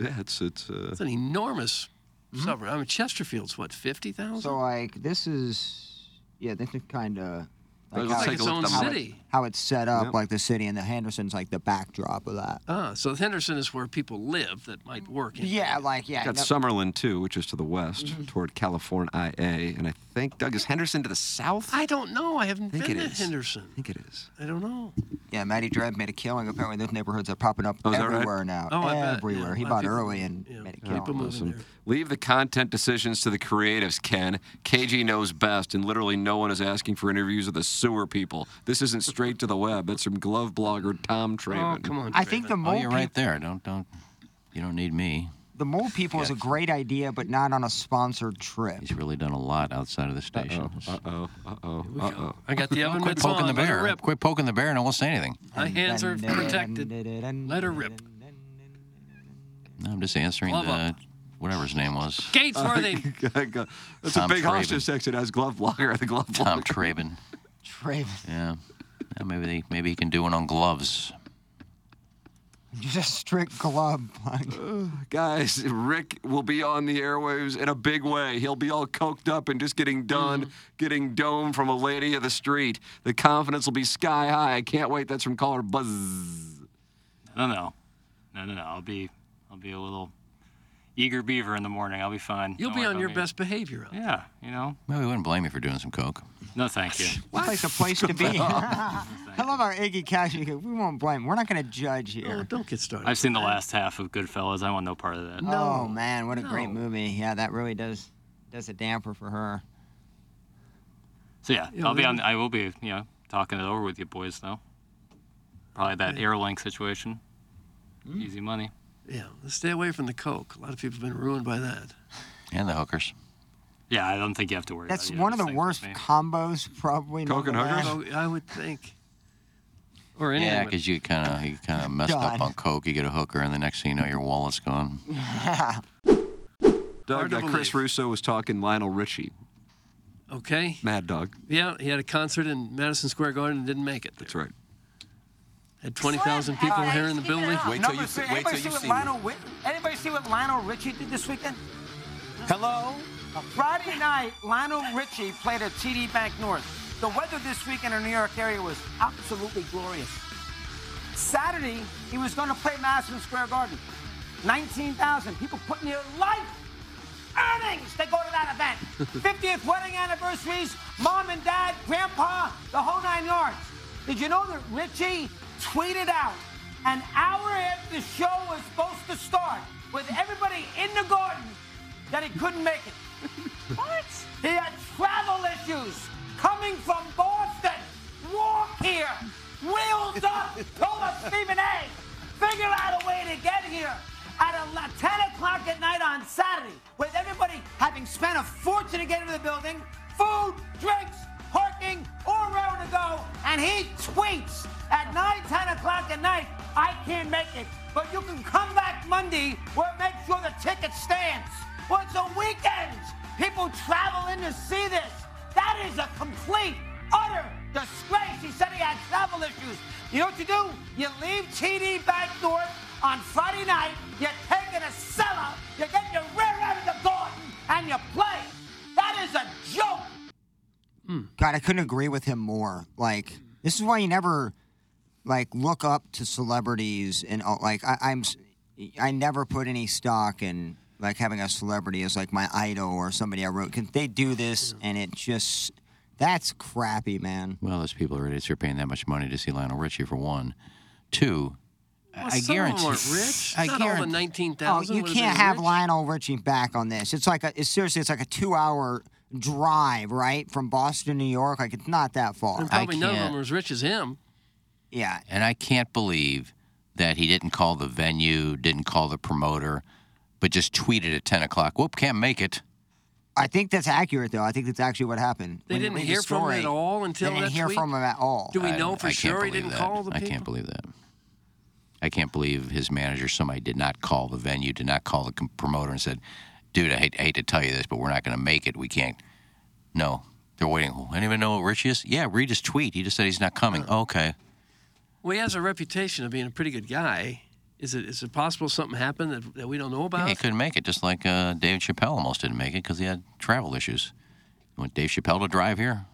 [SPEAKER 6] Yeah, it's it's. Uh,
[SPEAKER 5] That's an enormous
[SPEAKER 6] Hmm?
[SPEAKER 5] suburb. I mean, Chesterfield's what, 50,000?
[SPEAKER 4] So like this is, yeah, this is kind of like,
[SPEAKER 6] let's
[SPEAKER 4] how,
[SPEAKER 5] it's like
[SPEAKER 6] take a
[SPEAKER 5] its
[SPEAKER 6] look
[SPEAKER 5] own
[SPEAKER 6] at the map.
[SPEAKER 5] city.
[SPEAKER 4] how it's set up,
[SPEAKER 6] Yep.
[SPEAKER 4] like the city, and the Henderson's like the backdrop of that.
[SPEAKER 5] Ah, so Henderson is where people live that might work. in
[SPEAKER 4] Yeah, like yeah.
[SPEAKER 6] got
[SPEAKER 4] no- Mm-hmm.
[SPEAKER 6] Summerlin too, which is to the west toward California, IA, and I think Doug is Henderson to the south.
[SPEAKER 5] I don't know. I haven't
[SPEAKER 6] think
[SPEAKER 5] been
[SPEAKER 6] it
[SPEAKER 5] to
[SPEAKER 6] is.
[SPEAKER 5] Henderson.
[SPEAKER 6] I think it is.
[SPEAKER 5] I don't know.
[SPEAKER 4] Yeah, Matty Dredd made a killing. Apparently, those neighborhoods are popping up
[SPEAKER 6] Oh, is that right?
[SPEAKER 4] everywhere now.
[SPEAKER 5] Oh, I bet, yeah.
[SPEAKER 4] everywhere.
[SPEAKER 5] A
[SPEAKER 4] He
[SPEAKER 5] lot
[SPEAKER 4] bought
[SPEAKER 5] of people-
[SPEAKER 4] early and
[SPEAKER 5] yeah,
[SPEAKER 4] made a
[SPEAKER 5] people
[SPEAKER 4] killing.
[SPEAKER 5] moving
[SPEAKER 6] Awesome.
[SPEAKER 5] there.
[SPEAKER 6] Leave the content decisions to the creatives, Ken. KG knows best, and literally no one is asking for interviews of the sewer people. This isn't straight to the web. It's from glove blogger Tom Traven.
[SPEAKER 5] Oh, come on.
[SPEAKER 4] I think the
[SPEAKER 3] Oh,
[SPEAKER 4] mole,
[SPEAKER 3] you're right there. Don't don't. You don't need me.
[SPEAKER 4] peop- the mole people is a great idea, but not on a sponsored trip.
[SPEAKER 3] He's really done a lot outside of the station.
[SPEAKER 6] Uh oh. Uh oh. Uh oh.
[SPEAKER 5] I got the oven
[SPEAKER 3] Quit
[SPEAKER 5] mitts
[SPEAKER 3] poking
[SPEAKER 5] on.
[SPEAKER 3] the
[SPEAKER 5] Let her
[SPEAKER 3] bear.
[SPEAKER 5] rip.
[SPEAKER 3] Quit poking the bear, and I won't say anything.
[SPEAKER 5] My hands are protected. Let
[SPEAKER 4] Let
[SPEAKER 5] her rip.
[SPEAKER 3] No, I'm just answering
[SPEAKER 5] Glove
[SPEAKER 3] the
[SPEAKER 5] up.
[SPEAKER 3] whatever his name was.
[SPEAKER 5] Gatesworthy.
[SPEAKER 6] That's
[SPEAKER 3] Tom
[SPEAKER 6] a big
[SPEAKER 3] Traven.
[SPEAKER 6] hostage section. As glove blogger, the glove blogger.
[SPEAKER 3] Tom Traben.
[SPEAKER 4] Traven.
[SPEAKER 3] Yeah. Yeah, maybe they, maybe he can do one on gloves.
[SPEAKER 4] Just strict glove punch.
[SPEAKER 10] Uh,
[SPEAKER 7] Guys, Rick will be on the airwaves in a big way. He'll be all coked up and just getting done,
[SPEAKER 10] Mm-hmm.
[SPEAKER 7] getting domed from a lady of the street. The confidence will be sky high. I can't wait. That's from caller Buzz.
[SPEAKER 10] No, no, no, no, no. I'll be, I'll be a little eager beaver in the morning. I'll be fine.
[SPEAKER 5] You'll
[SPEAKER 10] Don't
[SPEAKER 5] be
[SPEAKER 3] Oh,
[SPEAKER 10] worry
[SPEAKER 5] on
[SPEAKER 10] about
[SPEAKER 5] your
[SPEAKER 10] me.
[SPEAKER 5] best behavior. out there.
[SPEAKER 10] Yeah, you know.
[SPEAKER 3] Well, we wouldn't blame you for doing some coke.
[SPEAKER 10] No, thank you.
[SPEAKER 4] It's a place to be. I love our Iggy Cash. We won't blame. We're not going to judge
[SPEAKER 5] Oh,
[SPEAKER 4] here.
[SPEAKER 5] don't get started.
[SPEAKER 10] I've seen the last half of Goodfellas. I want no part of that.
[SPEAKER 4] Oh man, what a great movie. Yeah, that really does does a damper for her.
[SPEAKER 10] So yeah, I'll be on. I will be, you know, talking it over with you boys though. Probably that airlink situation.
[SPEAKER 5] Hmm.
[SPEAKER 10] Easy money.
[SPEAKER 5] Yeah, let's stay away from the coke. A lot of people have been ruined by that.
[SPEAKER 3] And the hookers.
[SPEAKER 10] Yeah, I don't think you have to worry.
[SPEAKER 4] That's
[SPEAKER 10] about either
[SPEAKER 4] one of
[SPEAKER 10] those
[SPEAKER 4] the
[SPEAKER 10] things with
[SPEAKER 4] worst
[SPEAKER 10] me.
[SPEAKER 4] combos, probably.
[SPEAKER 7] Coke and
[SPEAKER 4] nonetheless.
[SPEAKER 7] hookers?
[SPEAKER 5] Oh, I would think. Or anything.
[SPEAKER 3] Yeah,
[SPEAKER 5] but-
[SPEAKER 3] because you kind of you kind of messed
[SPEAKER 4] God.
[SPEAKER 3] up on coke. You get a hooker, and the next thing you know, your wallet's gone.
[SPEAKER 7] Doug,
[SPEAKER 5] Hard to
[SPEAKER 7] uh, Chris
[SPEAKER 5] believe.
[SPEAKER 7] Russo was talking Lionel Richie.
[SPEAKER 5] okay.
[SPEAKER 7] Mad Dog.
[SPEAKER 5] Yeah, he had a concert in Madison Square Garden and didn't make it.
[SPEAKER 7] That's right.
[SPEAKER 5] Had 20,000 people here in the building.
[SPEAKER 6] Wait till you see. Wait till you see. Lionel, Wi- anybody see what Lionel Richie did this weekend? Hello. Friday night, Lionel Richie played at TD Bank North. The weather this weekend in the New York area was absolutely glorious. Saturday, he was going to play Madison Square Garden. 19,000 people putting their life earnings to go to that event. 50th wedding anniversaries, mom and dad, grandpa, the whole nine yards. Did you know that Richie tweeted out an hour after the show was supposed to start with everybody in the garden that he couldn't make it? what? He had travel issues coming from Boston. Walk here. Wheels up. Told us Stephen A. Figure out a way to get here at a, la- 10 o'clock at night on Saturday with everybody having spent a fortune to get into the building, food, drinks, parking, all around to go. And he tweets at 9, 10 o'clock at night, I can't make it, but you can come back Monday where make sure the ticket stands. Well, it's a weekend. People travel in to see this. That is a complete, utter disgrace. He said he had travel issues. You know what you do? You leave TD Bank North on Friday night, you take in a cellar, you get your rear out of the garden, and you play. That is a joke.
[SPEAKER 4] God, I couldn't agree with him more. Like, this is why you never like look up to celebrities and uh, like I, I'm. s- I never put any stock in like having a celebrity as like my idol or somebody I wrote. 'cause they do this, and it just that's crappy, man.
[SPEAKER 3] Well, those people are idiots. They're paying that much money to see Lionel Richie for one. Two,
[SPEAKER 5] Well,
[SPEAKER 3] I
[SPEAKER 5] some
[SPEAKER 3] guarantee.
[SPEAKER 5] Of them weren't rich.
[SPEAKER 3] I
[SPEAKER 5] Not all the
[SPEAKER 3] guarantee.
[SPEAKER 5] 19,000.
[SPEAKER 4] Oh, you
[SPEAKER 5] would been
[SPEAKER 4] can't have
[SPEAKER 5] rich.
[SPEAKER 4] Lionel Richie back on this. It's like a it's seriously, it's like a two-hour drive, right, from Boston, to New York. Like it's not that far.
[SPEAKER 5] And probably none of them
[SPEAKER 3] can't.
[SPEAKER 5] were as rich as him.
[SPEAKER 4] Yeah,
[SPEAKER 3] and I can't believe that he didn't call the venue, didn't call the promoter, but just tweeted at 10 o'clock. Whoop, can't make it.
[SPEAKER 4] I think that's accurate though. I think that's actually what happened.
[SPEAKER 5] They
[SPEAKER 4] When you
[SPEAKER 5] didn't
[SPEAKER 4] read the
[SPEAKER 5] hear from him
[SPEAKER 4] story,
[SPEAKER 5] at all until
[SPEAKER 4] they didn't
[SPEAKER 5] that
[SPEAKER 4] hear
[SPEAKER 5] tweet?
[SPEAKER 4] from him at all.
[SPEAKER 5] Do we
[SPEAKER 3] I-
[SPEAKER 5] know for
[SPEAKER 3] I can't
[SPEAKER 5] sure he
[SPEAKER 3] believe
[SPEAKER 5] didn't
[SPEAKER 3] that.
[SPEAKER 5] call the
[SPEAKER 3] I
[SPEAKER 5] people?
[SPEAKER 3] can't believe that. I can't believe his manager, somebody did not call the venue, did not call the com- promoter and said, dude, I hate, I hate to tell you this, but we're not going to make it. We can't. No. They're waiting. Anyone know what Richie is? Yeah, read his tweet. He just said he's not coming.
[SPEAKER 5] Uh,
[SPEAKER 3] Okay.
[SPEAKER 5] Well, he has a reputation of being a pretty good guy. Is it is it possible something happened that, that we don't know
[SPEAKER 3] Yeah,
[SPEAKER 5] about?
[SPEAKER 3] he couldn't make it, just like uh, David Chappelle almost didn't make it because he had travel issues. You want Dave Chappelle to drive here?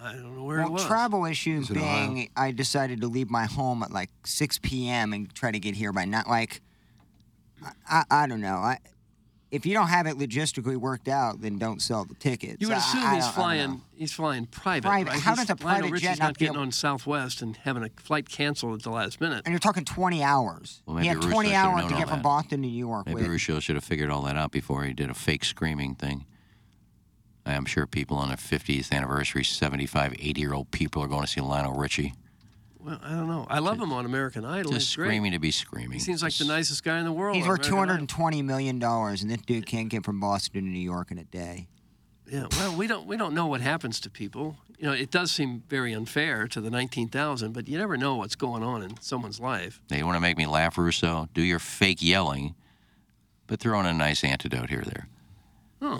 [SPEAKER 5] I don't know where it
[SPEAKER 4] Well,
[SPEAKER 5] was.
[SPEAKER 4] travel issues
[SPEAKER 7] He's in Ohio.
[SPEAKER 4] being, I decided to leave my home at like 6 p.m. and try to get here by not like, I, I, I don't know. I, if you don't have it logistically worked out, then don't sell the tickets.
[SPEAKER 5] You would
[SPEAKER 4] I-
[SPEAKER 5] assume
[SPEAKER 4] I don't-
[SPEAKER 5] he's
[SPEAKER 4] I don't know.
[SPEAKER 5] flying. He's flying private.
[SPEAKER 4] Private.
[SPEAKER 5] Right?
[SPEAKER 4] How
[SPEAKER 5] He's-
[SPEAKER 4] does a
[SPEAKER 5] Lionel
[SPEAKER 4] private
[SPEAKER 5] Richie's
[SPEAKER 4] jet
[SPEAKER 5] not,
[SPEAKER 4] not be
[SPEAKER 5] getting
[SPEAKER 4] able-
[SPEAKER 5] on Southwest and having a flight canceled at the last minute?
[SPEAKER 4] And you're talking 20 hours.
[SPEAKER 3] Well,
[SPEAKER 4] he
[SPEAKER 3] maybe
[SPEAKER 4] had
[SPEAKER 3] Russo
[SPEAKER 4] 20
[SPEAKER 3] should've
[SPEAKER 4] hours
[SPEAKER 3] known
[SPEAKER 4] to
[SPEAKER 3] all
[SPEAKER 4] get from
[SPEAKER 3] that.
[SPEAKER 4] Boston to New York.
[SPEAKER 3] Maybe
[SPEAKER 4] with-
[SPEAKER 3] Ruscio should have figured all that out before he did a fake screaming thing. I'm sure people on their 50th anniversary, 75, 80 year old people are going to see Lionel Richie.
[SPEAKER 5] Well, I don't know. I love him on American Idol.
[SPEAKER 3] Just
[SPEAKER 5] he's great.
[SPEAKER 3] screaming to be screaming.
[SPEAKER 5] He seems like the
[SPEAKER 3] Just-
[SPEAKER 5] nicest guy in the world.
[SPEAKER 4] He's
[SPEAKER 5] on
[SPEAKER 4] worth
[SPEAKER 5] American Idol.
[SPEAKER 4] 220 million dollars, and this dude can't get from Boston to New York in a day.
[SPEAKER 5] Yeah. Well, we don't we don't know what happens to people. You know, it does seem very unfair to the 19,000, but you never know what's going on in someone's life.
[SPEAKER 3] They want to make me laugh, Russo. Do your fake yelling, but throw in a nice antidote here or there.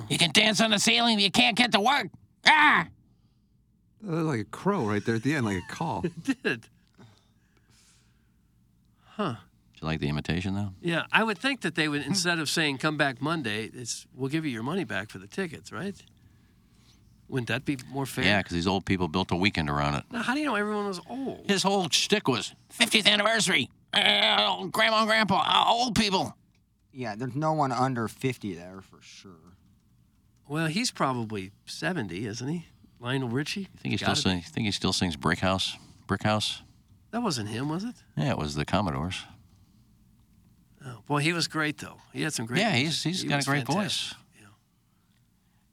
[SPEAKER 3] You can dance on the ceiling, but you can't get to work. Ah!
[SPEAKER 7] Uh, like a crow right there at the end, like a call.
[SPEAKER 5] Did.
[SPEAKER 3] you like the imitation though?
[SPEAKER 5] Yeah, I would think that they would instead of saying come back Monday, it's we'll give you your money back for the tickets, right? Wouldn't that be more fair?
[SPEAKER 3] Yeah, because these old people built a weekend around it.
[SPEAKER 5] Now, how do you know everyone was old?
[SPEAKER 3] His whole shtick was 50th anniversary. Uh, grandma and grandpa, uh, old people.
[SPEAKER 4] Yeah, there's no one under 50 there for sure.
[SPEAKER 5] Well, he's probably 70, isn't he? Lionel Richie? You
[SPEAKER 3] I think he still sing, think he still sings Brick House. Brick House.
[SPEAKER 5] That wasn't him, was it?
[SPEAKER 3] Yeah, it was the Commodores.
[SPEAKER 5] Oh, boy, he was great though. He had some great.
[SPEAKER 3] Yeah,
[SPEAKER 5] voices.
[SPEAKER 3] he's- he's
[SPEAKER 5] He
[SPEAKER 3] got a
[SPEAKER 5] was
[SPEAKER 3] great
[SPEAKER 5] fantastic.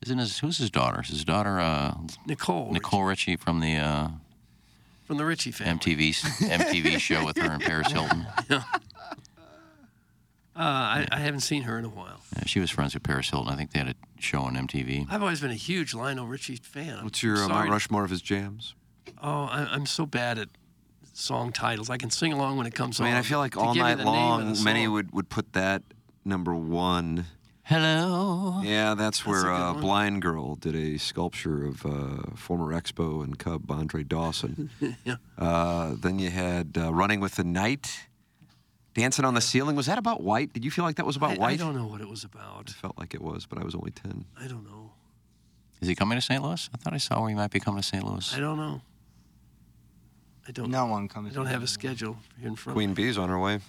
[SPEAKER 3] Isn't his who's his daughter? Is his daughter uh,
[SPEAKER 5] Nicole
[SPEAKER 3] Nicole Richie, from the uh,
[SPEAKER 5] from the Richie family.
[SPEAKER 3] MTV MTV show with her and Paris Hilton.
[SPEAKER 5] Uh, I, I haven't seen her in a while.
[SPEAKER 3] Yeah, she was friends with Paris Hilton. I think they had a show on MTV.
[SPEAKER 5] I've always been a huge Lionel Richie fan. I'm
[SPEAKER 3] What's your, uh, Mount
[SPEAKER 5] sorry to-
[SPEAKER 6] Rushmore of his jams.
[SPEAKER 5] Oh, I, I'm so bad at song titles. I can sing along when it comes
[SPEAKER 6] I
[SPEAKER 5] on.
[SPEAKER 6] mean, I feel like
[SPEAKER 5] To
[SPEAKER 6] all
[SPEAKER 5] give you
[SPEAKER 6] night
[SPEAKER 5] the name of
[SPEAKER 6] long,
[SPEAKER 5] the
[SPEAKER 6] many
[SPEAKER 5] song.
[SPEAKER 6] would, would put that number one.
[SPEAKER 3] Hello.
[SPEAKER 6] Yeah, that's, where
[SPEAKER 5] a good
[SPEAKER 6] uh,
[SPEAKER 5] one.
[SPEAKER 6] Blind Girl did a sculpture of uh, former Expo and Cub Andre Dawson.
[SPEAKER 5] Yeah.
[SPEAKER 6] uh, then you had uh, Running with the Night, Dancing on the Ceiling. Was that about white? Did you feel like that was about
[SPEAKER 5] I,
[SPEAKER 6] white?
[SPEAKER 5] I don't know what it was about.
[SPEAKER 6] I felt like it was, but I was only 10.
[SPEAKER 5] I don't know.
[SPEAKER 3] Is he coming to St. Louis? I thought I saw where he might be coming to St. Louis.
[SPEAKER 5] I don't know. I don't.
[SPEAKER 4] No one
[SPEAKER 5] I
[SPEAKER 4] comes.
[SPEAKER 5] don't have a schedule here in front.
[SPEAKER 6] Queen Bee's on her way.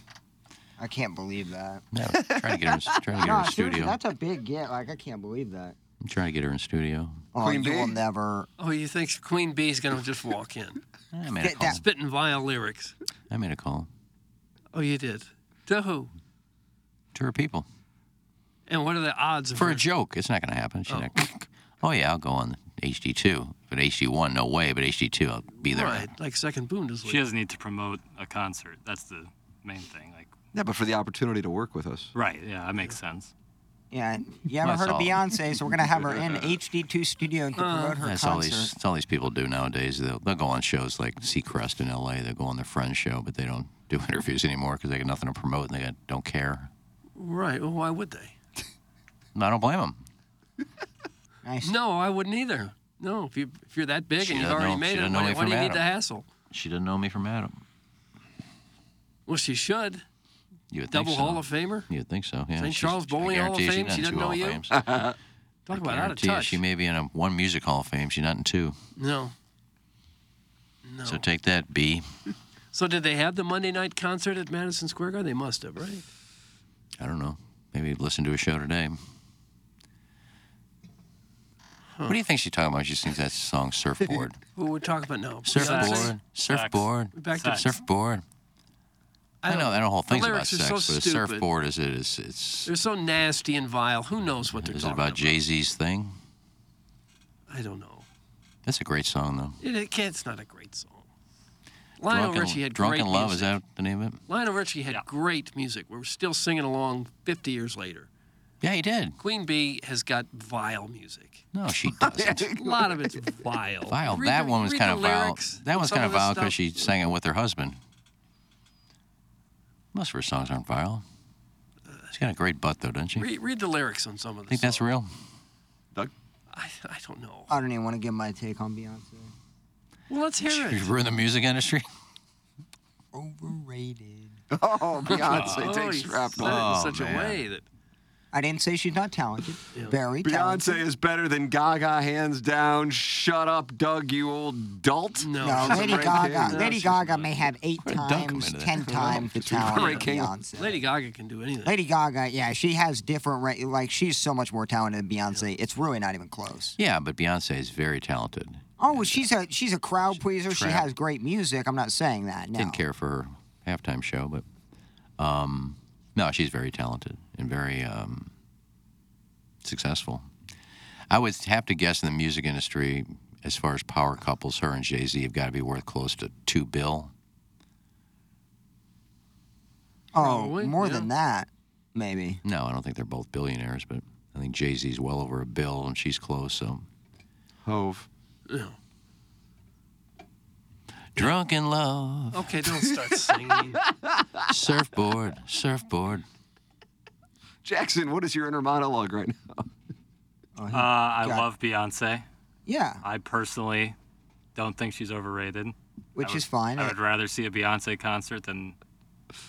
[SPEAKER 4] I can't believe that.
[SPEAKER 3] Yeah, trying to get her, trying to get
[SPEAKER 4] No,
[SPEAKER 3] her in
[SPEAKER 4] seriously,
[SPEAKER 3] studio.
[SPEAKER 4] that's a big get. Like, I can't believe that.
[SPEAKER 3] I'm trying to get her in studio.
[SPEAKER 4] Oh,
[SPEAKER 6] Queen
[SPEAKER 4] you
[SPEAKER 6] Bee?
[SPEAKER 4] will never.
[SPEAKER 5] Of me. Oh, you think Queen Bee's gonna just walk in,
[SPEAKER 3] I made a
[SPEAKER 4] Get
[SPEAKER 3] call.
[SPEAKER 4] that-
[SPEAKER 5] spitting vile lyrics?
[SPEAKER 3] I made a call
[SPEAKER 5] Oh, you did. To who?
[SPEAKER 3] to her people
[SPEAKER 5] And what are the odds of
[SPEAKER 3] for
[SPEAKER 5] her-
[SPEAKER 3] a joke. It's not going to happen. She's not, oh yeah, I'll go on HD2, but HD1, no way. But HD2, I'll be there.
[SPEAKER 5] Right, like second Bundesliga.
[SPEAKER 8] She doesn't need to promote a concert. That's the main thing. Like,
[SPEAKER 6] Yeah, but for the opportunity to work with us.
[SPEAKER 8] right? Yeah, that makes sense.
[SPEAKER 4] Yeah, and you haven't
[SPEAKER 3] That's
[SPEAKER 4] heard of
[SPEAKER 3] all.
[SPEAKER 4] Beyonce, so we're gonna have her in HD2 studio to
[SPEAKER 5] Uh,
[SPEAKER 4] promote her
[SPEAKER 3] That's all
[SPEAKER 4] concert.
[SPEAKER 3] these. That's all these people do nowadays. They'll, they'll go on shows like Seacrest in LA. They'll go on their friend's show, but they don't do interviews anymore because they got nothing to promote and they got, don't care.
[SPEAKER 5] Right. Well, why would they?
[SPEAKER 3] And I don't blame them.
[SPEAKER 4] Nice.
[SPEAKER 5] No, I wouldn't either. No, if you if you're that big
[SPEAKER 3] She
[SPEAKER 5] and you've
[SPEAKER 3] doesn't
[SPEAKER 5] already
[SPEAKER 3] know- she
[SPEAKER 5] made it,
[SPEAKER 3] doesn't know
[SPEAKER 5] why,
[SPEAKER 3] me
[SPEAKER 5] why
[SPEAKER 3] from
[SPEAKER 5] do you need to
[SPEAKER 3] Adam.
[SPEAKER 5] hassle?
[SPEAKER 3] She doesn't know me from Adam.
[SPEAKER 5] Well, she should.
[SPEAKER 3] You would
[SPEAKER 5] Double
[SPEAKER 3] think so.
[SPEAKER 5] Hall of Famer.
[SPEAKER 3] You'd think so. Yeah.
[SPEAKER 5] St.
[SPEAKER 3] She's-
[SPEAKER 5] Charles
[SPEAKER 3] I
[SPEAKER 5] Bowling Hall of
[SPEAKER 3] guarantee she's
[SPEAKER 5] Fame?
[SPEAKER 3] not
[SPEAKER 5] She
[SPEAKER 3] in
[SPEAKER 5] doesn't
[SPEAKER 3] two
[SPEAKER 5] know
[SPEAKER 3] Hall of
[SPEAKER 5] you?
[SPEAKER 3] Fames.
[SPEAKER 5] Talk about out of
[SPEAKER 3] Guarantee you
[SPEAKER 5] touch.
[SPEAKER 3] she may be in a one music Hall of Fame. She's not in two.
[SPEAKER 5] No. No.
[SPEAKER 3] So
[SPEAKER 5] So,
[SPEAKER 3] take that, B.
[SPEAKER 5] did they have the Monday night concert at Madison Square Garden? They must have, right?
[SPEAKER 3] I don't know. Maybe listen to a show today. What do you think she's talking about? She sings that song "Surfboard."
[SPEAKER 5] Who would talk about no?
[SPEAKER 3] surfboard, surfboard,
[SPEAKER 5] Back to-
[SPEAKER 3] surfboard. I,
[SPEAKER 5] don't-
[SPEAKER 3] know that whole
[SPEAKER 5] the
[SPEAKER 3] thing's about
[SPEAKER 5] lyrics are
[SPEAKER 3] sex,
[SPEAKER 5] so
[SPEAKER 3] but a
[SPEAKER 5] stupid.
[SPEAKER 3] surfboard is it? Is it's
[SPEAKER 5] They're so nasty and vile. Who knows what they're
[SPEAKER 3] is it
[SPEAKER 5] talking
[SPEAKER 3] about Jay Z's thing?
[SPEAKER 5] I don't know.
[SPEAKER 3] That's a great song though.
[SPEAKER 5] It, it can't, it's not a great song. Lionel
[SPEAKER 3] Drunken,
[SPEAKER 5] Richie had
[SPEAKER 3] Drunken
[SPEAKER 5] great
[SPEAKER 3] Love
[SPEAKER 5] music.
[SPEAKER 3] is that the name of it?
[SPEAKER 5] Lionel Richie had great music. We're still singing along 50 years later.
[SPEAKER 3] Yeah, he did.
[SPEAKER 5] Queen Bee has got vile music.
[SPEAKER 3] No, she doesn't.
[SPEAKER 5] A lot of it's vile.
[SPEAKER 3] Vile.
[SPEAKER 5] Read
[SPEAKER 3] That
[SPEAKER 5] the-
[SPEAKER 3] one was
[SPEAKER 5] read
[SPEAKER 3] kind
[SPEAKER 5] the
[SPEAKER 3] of vile.
[SPEAKER 5] lyrics,
[SPEAKER 3] That one's
[SPEAKER 5] some
[SPEAKER 3] kind of
[SPEAKER 5] this
[SPEAKER 3] vile because
[SPEAKER 5] stuff.
[SPEAKER 3] she sang it with her husband. Most of her songs aren't viral. She's got a great butt though, doesn't she?
[SPEAKER 5] Read, read the lyrics on some of the
[SPEAKER 3] Think that's
[SPEAKER 5] songs.
[SPEAKER 3] real?
[SPEAKER 6] Doug?
[SPEAKER 5] I, I don't know.
[SPEAKER 4] I don't even want to give my take on Beyonce.
[SPEAKER 5] Well, let's hear
[SPEAKER 3] Did
[SPEAKER 5] it.
[SPEAKER 3] you ruin the music industry?
[SPEAKER 4] Overrated.
[SPEAKER 6] Oh, Beyonce
[SPEAKER 5] Oh,
[SPEAKER 6] takes
[SPEAKER 5] he
[SPEAKER 6] rap.
[SPEAKER 5] said it in
[SPEAKER 3] Oh,
[SPEAKER 5] such
[SPEAKER 3] man.
[SPEAKER 5] a way that
[SPEAKER 4] I didn't say she's not talented.
[SPEAKER 5] Yeah.
[SPEAKER 4] Very talented.
[SPEAKER 6] Beyonce is better than Gaga, hands down. Shut up, Doug, you old dolt.
[SPEAKER 5] no,
[SPEAKER 4] No,
[SPEAKER 5] she's a
[SPEAKER 4] Lady
[SPEAKER 5] great
[SPEAKER 4] Gaga.
[SPEAKER 5] kid.
[SPEAKER 4] Lady
[SPEAKER 5] She's
[SPEAKER 4] Gaga
[SPEAKER 5] not.
[SPEAKER 4] may have eight
[SPEAKER 3] dunk him
[SPEAKER 4] times,
[SPEAKER 3] into that.
[SPEAKER 4] ten times the
[SPEAKER 6] Ray
[SPEAKER 4] talent of
[SPEAKER 6] King.
[SPEAKER 4] Beyonce.
[SPEAKER 5] Lady Gaga can do anything.
[SPEAKER 4] Lady Gaga, yeah, she has different. Ra- like she's so much more talented than Beyonce. It's really not even close.
[SPEAKER 3] Yeah, but Beyonce is very talented.
[SPEAKER 4] Oh, she's a she's a crowd pleaser. She
[SPEAKER 3] trap.
[SPEAKER 4] has great music. I'm not saying that. No.
[SPEAKER 3] Didn't care for her halftime show, but um, no, she's very talented and very um, successful. I would have to guess in the music industry, as far as power couples, her and Jay Z have got to be worth close to two bill.
[SPEAKER 4] Oh,
[SPEAKER 5] Probably,
[SPEAKER 4] more
[SPEAKER 5] yeah.
[SPEAKER 4] than that, maybe.
[SPEAKER 3] No, I don't think they're both billionaires, but I think Jay Z's well over a bill and she's close. So
[SPEAKER 6] Hove.
[SPEAKER 3] drunk in love,
[SPEAKER 5] Okay, don't start singing.
[SPEAKER 8] Uh,
[SPEAKER 3] surfboard, surfboard.
[SPEAKER 6] Jackson, what is your inner monologue right now?
[SPEAKER 8] Uh, I
[SPEAKER 4] God.
[SPEAKER 8] love Beyonce.
[SPEAKER 4] Yeah,
[SPEAKER 8] I personally don't think she's overrated.
[SPEAKER 4] which is fine.
[SPEAKER 8] I would rather see a Beyonce concert than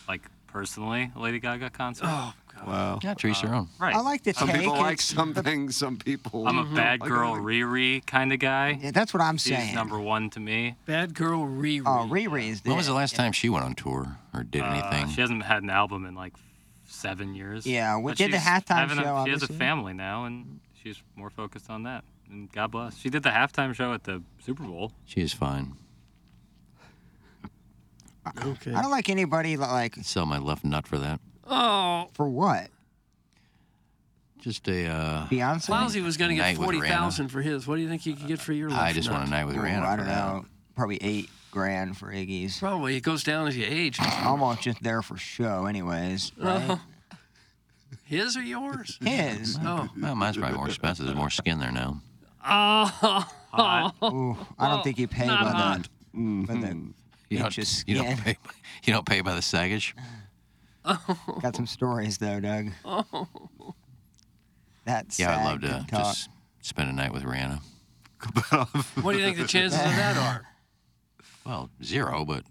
[SPEAKER 8] like personally a Lady Gaga concert.
[SPEAKER 3] Oh,
[SPEAKER 6] Wow.
[SPEAKER 3] Yeah, to each their own.
[SPEAKER 8] Right.
[SPEAKER 4] I like the
[SPEAKER 6] Some
[SPEAKER 4] take.
[SPEAKER 6] people like
[SPEAKER 4] It's-
[SPEAKER 6] some things, some people.
[SPEAKER 8] I'm a bad
[SPEAKER 6] like
[SPEAKER 8] girl
[SPEAKER 6] other-
[SPEAKER 8] Riri kind of guy.
[SPEAKER 4] Yeah, that's what I'm
[SPEAKER 8] She's
[SPEAKER 4] saying.
[SPEAKER 8] number one to me.
[SPEAKER 5] Bad girl Riri.
[SPEAKER 4] Oh, Riri is
[SPEAKER 3] uh, When was the
[SPEAKER 4] there.
[SPEAKER 3] last time she went on tour or did
[SPEAKER 8] Uh,
[SPEAKER 3] anything?
[SPEAKER 8] she hasn't had an album in like seven years.
[SPEAKER 4] Yeah, we
[SPEAKER 8] But
[SPEAKER 4] did the
[SPEAKER 8] she's
[SPEAKER 4] halftime
[SPEAKER 8] having a-
[SPEAKER 4] show,
[SPEAKER 8] she has a
[SPEAKER 4] obviously.
[SPEAKER 8] family now, and she's more focused on that. And God bless. She did the halftime show at the Super Bowl.
[SPEAKER 3] She is fine.
[SPEAKER 5] Okay.
[SPEAKER 4] I don't like anybody li- like
[SPEAKER 3] Sell my left nut for that.
[SPEAKER 5] Oh,
[SPEAKER 4] for what
[SPEAKER 3] Just a. Uh,
[SPEAKER 4] Beyonce.
[SPEAKER 5] Lousy was going to get
[SPEAKER 3] Night with Rihanna.
[SPEAKER 5] forty thousand for his. What do you think he could get for your?
[SPEAKER 3] I
[SPEAKER 5] left
[SPEAKER 3] just want a
[SPEAKER 5] nut?
[SPEAKER 3] night with
[SPEAKER 4] Ooh,
[SPEAKER 3] Rihanna.
[SPEAKER 4] I
[SPEAKER 3] for
[SPEAKER 4] don't
[SPEAKER 3] that.
[SPEAKER 4] know, probably eight grand for Iggy's.
[SPEAKER 5] Probably it goes down as you age.
[SPEAKER 4] Almost just there for show, anyways. Right?
[SPEAKER 5] Uh-huh. His or yours?
[SPEAKER 4] His.
[SPEAKER 5] Oh,
[SPEAKER 3] Well, mine's probably more expensive. There's more skin there now.
[SPEAKER 5] oh,
[SPEAKER 8] Hot.
[SPEAKER 4] Ooh, I don't think you pay
[SPEAKER 5] not
[SPEAKER 4] by
[SPEAKER 5] hot.
[SPEAKER 4] that. But the
[SPEAKER 3] Hmm. You
[SPEAKER 4] inch of
[SPEAKER 3] don't, you don't
[SPEAKER 4] skin.
[SPEAKER 3] pay. By, you don't pay by the saggage.
[SPEAKER 4] Got some stories though, Doug. That's
[SPEAKER 3] Yeah, I'd
[SPEAKER 4] sad
[SPEAKER 3] love to
[SPEAKER 4] good talk.
[SPEAKER 3] just spend a night with Rihanna.
[SPEAKER 5] what do you think the chances of that are?
[SPEAKER 3] Well, zero, but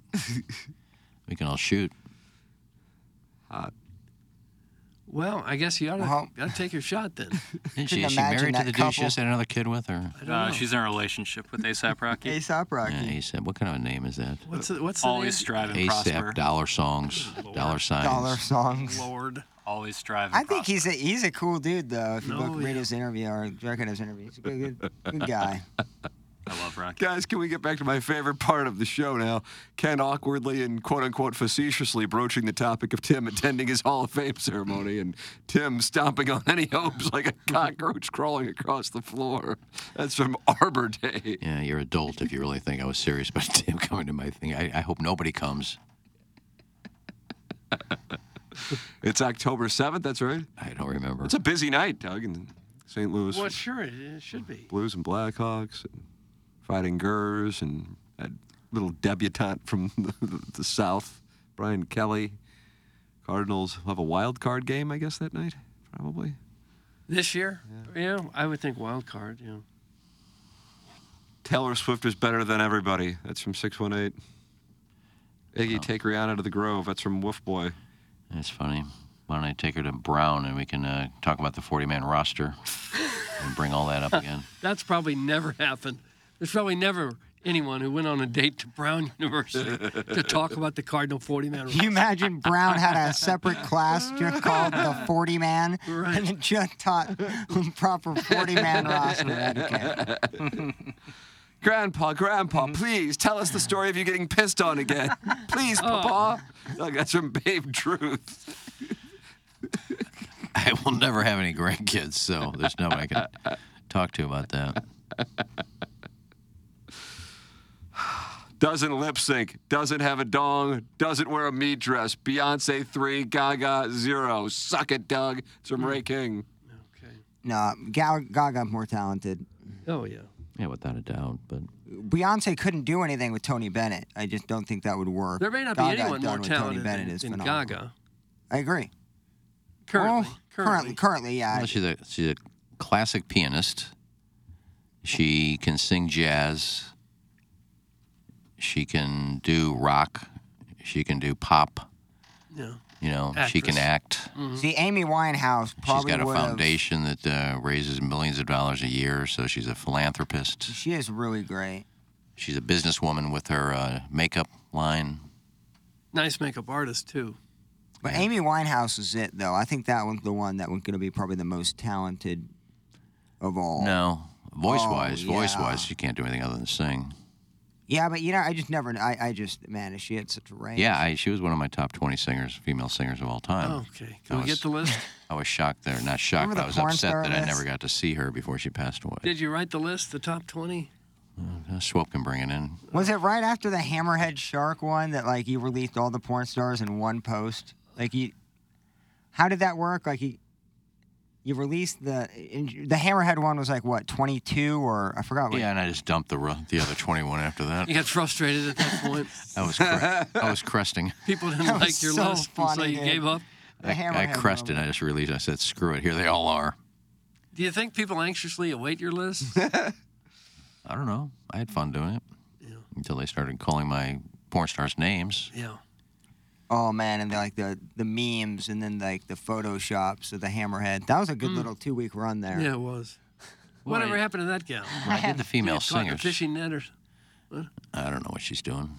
[SPEAKER 3] we can all shoot.
[SPEAKER 5] Well, I guess you ought
[SPEAKER 4] Well-
[SPEAKER 5] to take your shot then.
[SPEAKER 3] Isn't she,
[SPEAKER 4] Couldn't
[SPEAKER 3] is she
[SPEAKER 4] imagine
[SPEAKER 3] married to
[SPEAKER 4] that
[SPEAKER 3] the dude she
[SPEAKER 4] couple.
[SPEAKER 3] just had another kid with, or
[SPEAKER 5] I don't
[SPEAKER 8] Uh,
[SPEAKER 5] know.
[SPEAKER 8] she's in a relationship with ASAP Rocky.
[SPEAKER 4] ASAP Rocky.
[SPEAKER 3] yeah, ASAP? What kind of a name is that?
[SPEAKER 5] what's the, what's the name?
[SPEAKER 8] Always strive and prosper.
[SPEAKER 3] ASAP dollar songs, dollar signs.
[SPEAKER 4] Dollar songs.
[SPEAKER 5] Lord.
[SPEAKER 8] Always strive. And
[SPEAKER 4] I think he's a he's a cool dude though. If you
[SPEAKER 5] No,
[SPEAKER 4] look read
[SPEAKER 5] Uh, Oh, yeah.
[SPEAKER 4] his interview or look at his interview, he's a good, good, good guy.
[SPEAKER 8] prosper. I love Rocky.
[SPEAKER 6] Guys, can we get back to my favorite part of the show now? Ken awkwardly and quote unquote facetiously broaching the topic of Tim attending his Hall of Fame ceremony and Tim stomping on any hopes like a cockroach crawling across the floor. That's from Arbor Day.
[SPEAKER 3] Yeah, you're adult if you really think I was serious about Tim coming to my thing. I, I hope nobody comes.
[SPEAKER 6] It's October 7th, that's right.
[SPEAKER 3] I don't remember.
[SPEAKER 6] It's a busy night, Doug, in St. Louis.
[SPEAKER 5] Well, sure, it, it should be.
[SPEAKER 6] Blues and Blackhawks and Fighting Gers and that little debutante from the, the, the South, Brian Kelly. Cardinals have a wild card game, I guess, that night, probably.
[SPEAKER 5] This year? Yeah, I would think wild card. Yeah.
[SPEAKER 6] Taylor Swift is better than everybody. That's from 618. Iggy, take Rihanna to the Grove. That's from Wolf Boy.
[SPEAKER 3] That's funny. Why don't I take her to Brown and we can uh, talk about the 40 man roster and bring all that up again?
[SPEAKER 5] That's probably never happened. There's probably never anyone who went on a date to Brown University to talk about the Cardinal 40 man.
[SPEAKER 4] Can you imagine Brown had a separate class just called the 40 man
[SPEAKER 5] Right.
[SPEAKER 4] and it just taught proper 40 man roster etiquette.
[SPEAKER 6] Grandpa, Grandpa, please tell us the story of you getting pissed on again. Please, Papa. Doug, that's from Babe Truth.
[SPEAKER 3] I will never have any grandkids, so there's nobody I can talk to about that.
[SPEAKER 6] Doesn't lip sync, doesn't have a dong, doesn't wear a meat dress. Beyonce 3, Gaga 0. Suck it, Doug. It's from Ray King.
[SPEAKER 5] Okay.
[SPEAKER 4] No, Gal- Gaga more talented.
[SPEAKER 5] Oh, yeah.
[SPEAKER 3] Yeah, without a doubt. But
[SPEAKER 4] Beyonce couldn't do anything with Tony Bennett. I just don't think that would work.
[SPEAKER 5] There may not
[SPEAKER 4] Gaga
[SPEAKER 5] be anyone
[SPEAKER 4] done
[SPEAKER 5] more
[SPEAKER 4] with
[SPEAKER 5] talented
[SPEAKER 4] Tony Bennett
[SPEAKER 5] than,
[SPEAKER 4] is
[SPEAKER 5] than
[SPEAKER 4] phenomenal.
[SPEAKER 5] Gaga.
[SPEAKER 4] I agree.
[SPEAKER 5] Currently.
[SPEAKER 4] Well,
[SPEAKER 5] currently.
[SPEAKER 4] currently, yeah.
[SPEAKER 3] well, she's, a, she's a classic pianist. She can sing jazz. She can do rock. She can do pop.
[SPEAKER 5] Yeah.
[SPEAKER 3] You know, she can act.
[SPEAKER 5] Mm-hmm.
[SPEAKER 4] See, Amy Winehouse
[SPEAKER 3] She's
[SPEAKER 4] probably
[SPEAKER 3] got a
[SPEAKER 4] would've-
[SPEAKER 3] foundation that uh, raises millions of dollars a year, so she's a philanthropist.
[SPEAKER 4] She is really great.
[SPEAKER 3] She's a businesswoman with her uh, makeup line.
[SPEAKER 5] Nice makeup artist, too.
[SPEAKER 4] But Amy Winehouse is it, though. I think that one's the one that was going to be probably the most talented of all.
[SPEAKER 3] No, voice wise,
[SPEAKER 4] Oh,
[SPEAKER 3] voice
[SPEAKER 4] yeah.
[SPEAKER 3] wise, she can't do anything other than sing.
[SPEAKER 4] Yeah, but you know, I just never. I, I just man, she had such a range.
[SPEAKER 3] Yeah, I, she was one of my top 20 singers, female singers of all time.
[SPEAKER 5] Okay.
[SPEAKER 3] I
[SPEAKER 5] Can we
[SPEAKER 3] was-
[SPEAKER 5] get the list?
[SPEAKER 3] I was shocked there, not shocked,
[SPEAKER 4] Remember
[SPEAKER 3] but
[SPEAKER 4] the
[SPEAKER 3] I was
[SPEAKER 4] porn
[SPEAKER 3] upset
[SPEAKER 4] star
[SPEAKER 3] that I
[SPEAKER 4] list?
[SPEAKER 3] never got to see her before she passed away.
[SPEAKER 5] Did you write the list, the top 20?
[SPEAKER 3] Uh, Swope can bring it in.
[SPEAKER 4] Was it right after the Hammerhead Shark one that like you released all the porn stars in one post? Like you, how did that work? Like you, you released the in, the Hammerhead one was like what twenty two or I forgot what.
[SPEAKER 3] Yeah, and I just dumped the ru- the other 21 after that.
[SPEAKER 5] You got frustrated at that point.
[SPEAKER 3] I was cre- I was cresting.
[SPEAKER 5] People didn't
[SPEAKER 4] That was
[SPEAKER 5] like your
[SPEAKER 4] so
[SPEAKER 5] list, and so
[SPEAKER 4] funny,
[SPEAKER 5] you
[SPEAKER 4] dude.
[SPEAKER 5] gave up.
[SPEAKER 4] the
[SPEAKER 3] I, I
[SPEAKER 4] Hammerhead
[SPEAKER 3] crested.
[SPEAKER 4] one.
[SPEAKER 3] I just released. I said, "Screw it. Here they all are."
[SPEAKER 5] Do you think people anxiously await your list?
[SPEAKER 3] I don't know. I had fun doing it until they started calling my porn stars names.
[SPEAKER 5] yeah.
[SPEAKER 4] Oh man, and the, like the the memes, and then like the photoshops of the hammerhead. That was a good
[SPEAKER 5] Mm.
[SPEAKER 4] little two week run there.
[SPEAKER 5] Yeah, it was. Whatever
[SPEAKER 4] Why-
[SPEAKER 5] happened to that gal?
[SPEAKER 3] Why did the female
[SPEAKER 5] She caught in a
[SPEAKER 3] singers-
[SPEAKER 5] fishing net or
[SPEAKER 3] I don't know what she's doing.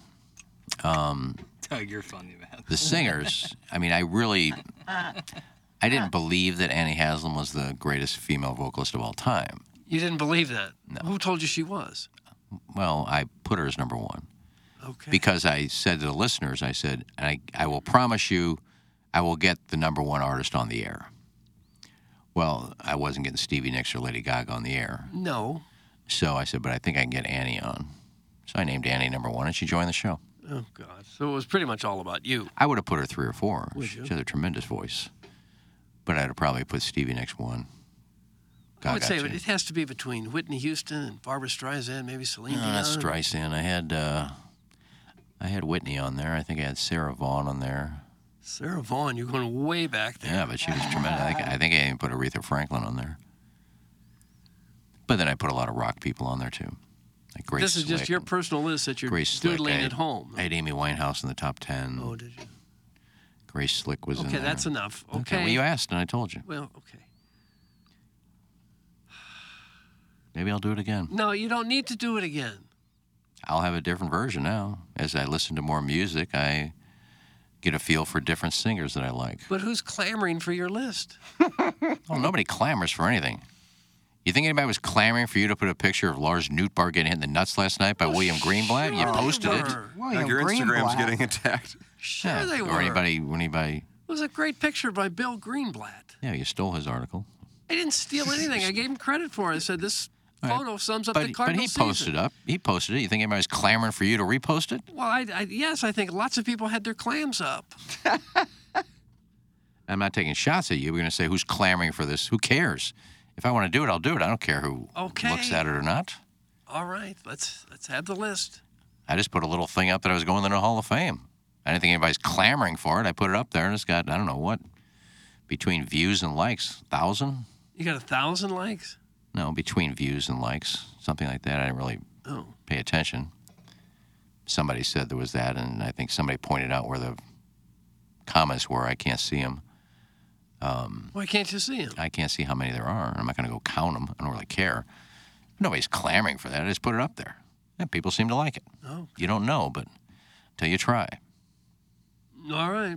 [SPEAKER 3] Um,
[SPEAKER 8] Doug, you're funny, man.
[SPEAKER 3] the singers. I mean, I really, I didn't believe that Annie Haslam was the greatest female vocalist of all time.
[SPEAKER 5] You didn't believe that. Who told you she was?
[SPEAKER 3] Well, I put her as number one.
[SPEAKER 5] Okay.
[SPEAKER 3] Because I said to the listeners, I said, I, I will promise you, I will get the number one artist on the air. Well, I wasn't getting Stevie Nicks or Lady Gaga on the air.
[SPEAKER 5] No.
[SPEAKER 3] So I said, but I think I can get Annie on. So I named Annie number one, and she joined the show.
[SPEAKER 5] Oh God. So it was pretty much all about you.
[SPEAKER 3] I would have put her three or four.
[SPEAKER 5] Would
[SPEAKER 3] she
[SPEAKER 5] you?
[SPEAKER 3] has a tremendous voice. But I'd have probably put Stevie Nicks one.
[SPEAKER 5] I would
[SPEAKER 3] Gaga
[SPEAKER 5] say
[SPEAKER 3] two.
[SPEAKER 5] it has to be between Whitney Houston and Barbara Streisand, maybe Celine
[SPEAKER 3] No,
[SPEAKER 5] Dion.
[SPEAKER 3] not Streisand. I had uh, I had Whitney on there. I think I had Sarah Vaughan on there.
[SPEAKER 5] Sarah Vaughan, you're going way back there.
[SPEAKER 3] Yeah, but she was tremendous. I think I, think I even put Aretha Franklin on there. But then I put a lot of rock people on there too. Like Grace
[SPEAKER 5] this is
[SPEAKER 3] Slick.
[SPEAKER 5] just your personal list that you're
[SPEAKER 3] Grace Slick.
[SPEAKER 5] doodling
[SPEAKER 3] I,
[SPEAKER 5] at home.
[SPEAKER 3] I had Amy Winehouse in the top ten.
[SPEAKER 5] Oh, did you?
[SPEAKER 3] Grace Slick was in
[SPEAKER 5] Okay,
[SPEAKER 3] there.
[SPEAKER 5] that's enough. Okay.
[SPEAKER 3] Well, you asked and I told you.
[SPEAKER 5] Well, okay.
[SPEAKER 3] Maybe I'll do it again.
[SPEAKER 5] No, you don't need to do it again.
[SPEAKER 3] I'll have a different version now. As I listen to more music, I get a feel for different singers that I like.
[SPEAKER 5] But who's clamoring for your list?
[SPEAKER 3] Well, nobody clamors for anything. You think anybody was clamoring for you to put a picture of Lars Newtbar getting hit in the nuts last night by William Greenblatt? You
[SPEAKER 5] Oh, sure they
[SPEAKER 3] posted it.
[SPEAKER 5] were. William Like, your Instagram's Greenblatt. getting
[SPEAKER 3] attacked.
[SPEAKER 5] Sure they
[SPEAKER 3] or
[SPEAKER 5] were.
[SPEAKER 3] anybody, anybody.
[SPEAKER 5] It was a great picture by Bill Greenblatt.
[SPEAKER 3] Yeah, you stole his article.
[SPEAKER 5] I didn't steal anything. I gave him credit for it. I said this
[SPEAKER 3] All right.
[SPEAKER 5] photo sums up
[SPEAKER 3] but,
[SPEAKER 5] the
[SPEAKER 3] but
[SPEAKER 5] Cardinal
[SPEAKER 3] he posted
[SPEAKER 5] season.
[SPEAKER 3] up. He posted it. You think anybody was clamoring for you to repost it?
[SPEAKER 5] Well, I, I, yes, I think lots of people had their clams up.
[SPEAKER 3] I'm not taking shots at you. We're going to say who's clamoring for this. Who cares? If I want to do it, I'll do it. I don't care who
[SPEAKER 5] Okay.
[SPEAKER 3] looks at it or not.
[SPEAKER 5] All right, let's let's have the list.
[SPEAKER 3] I just put a little thing up that I was going to the Hall of Fame. I didn't think anybody's clamoring for it. I put it up there and it's got, I don't know what, between views and likes, 1,000?
[SPEAKER 5] You got a thousand likes.
[SPEAKER 3] No, between views and likes, something like that. I didn't really
[SPEAKER 5] Oh.
[SPEAKER 3] pay attention. Somebody said there was that, and I think somebody pointed out where the comments were. I can't see them. Um,
[SPEAKER 5] Why can't you see him?
[SPEAKER 3] I can't see how many there are. I'm not going to go count them. I don't really care. Nobody's clamoring for that. I just put it up there. And people seem to like it.
[SPEAKER 5] Oh.
[SPEAKER 3] You don't know, but until you try.
[SPEAKER 5] All right.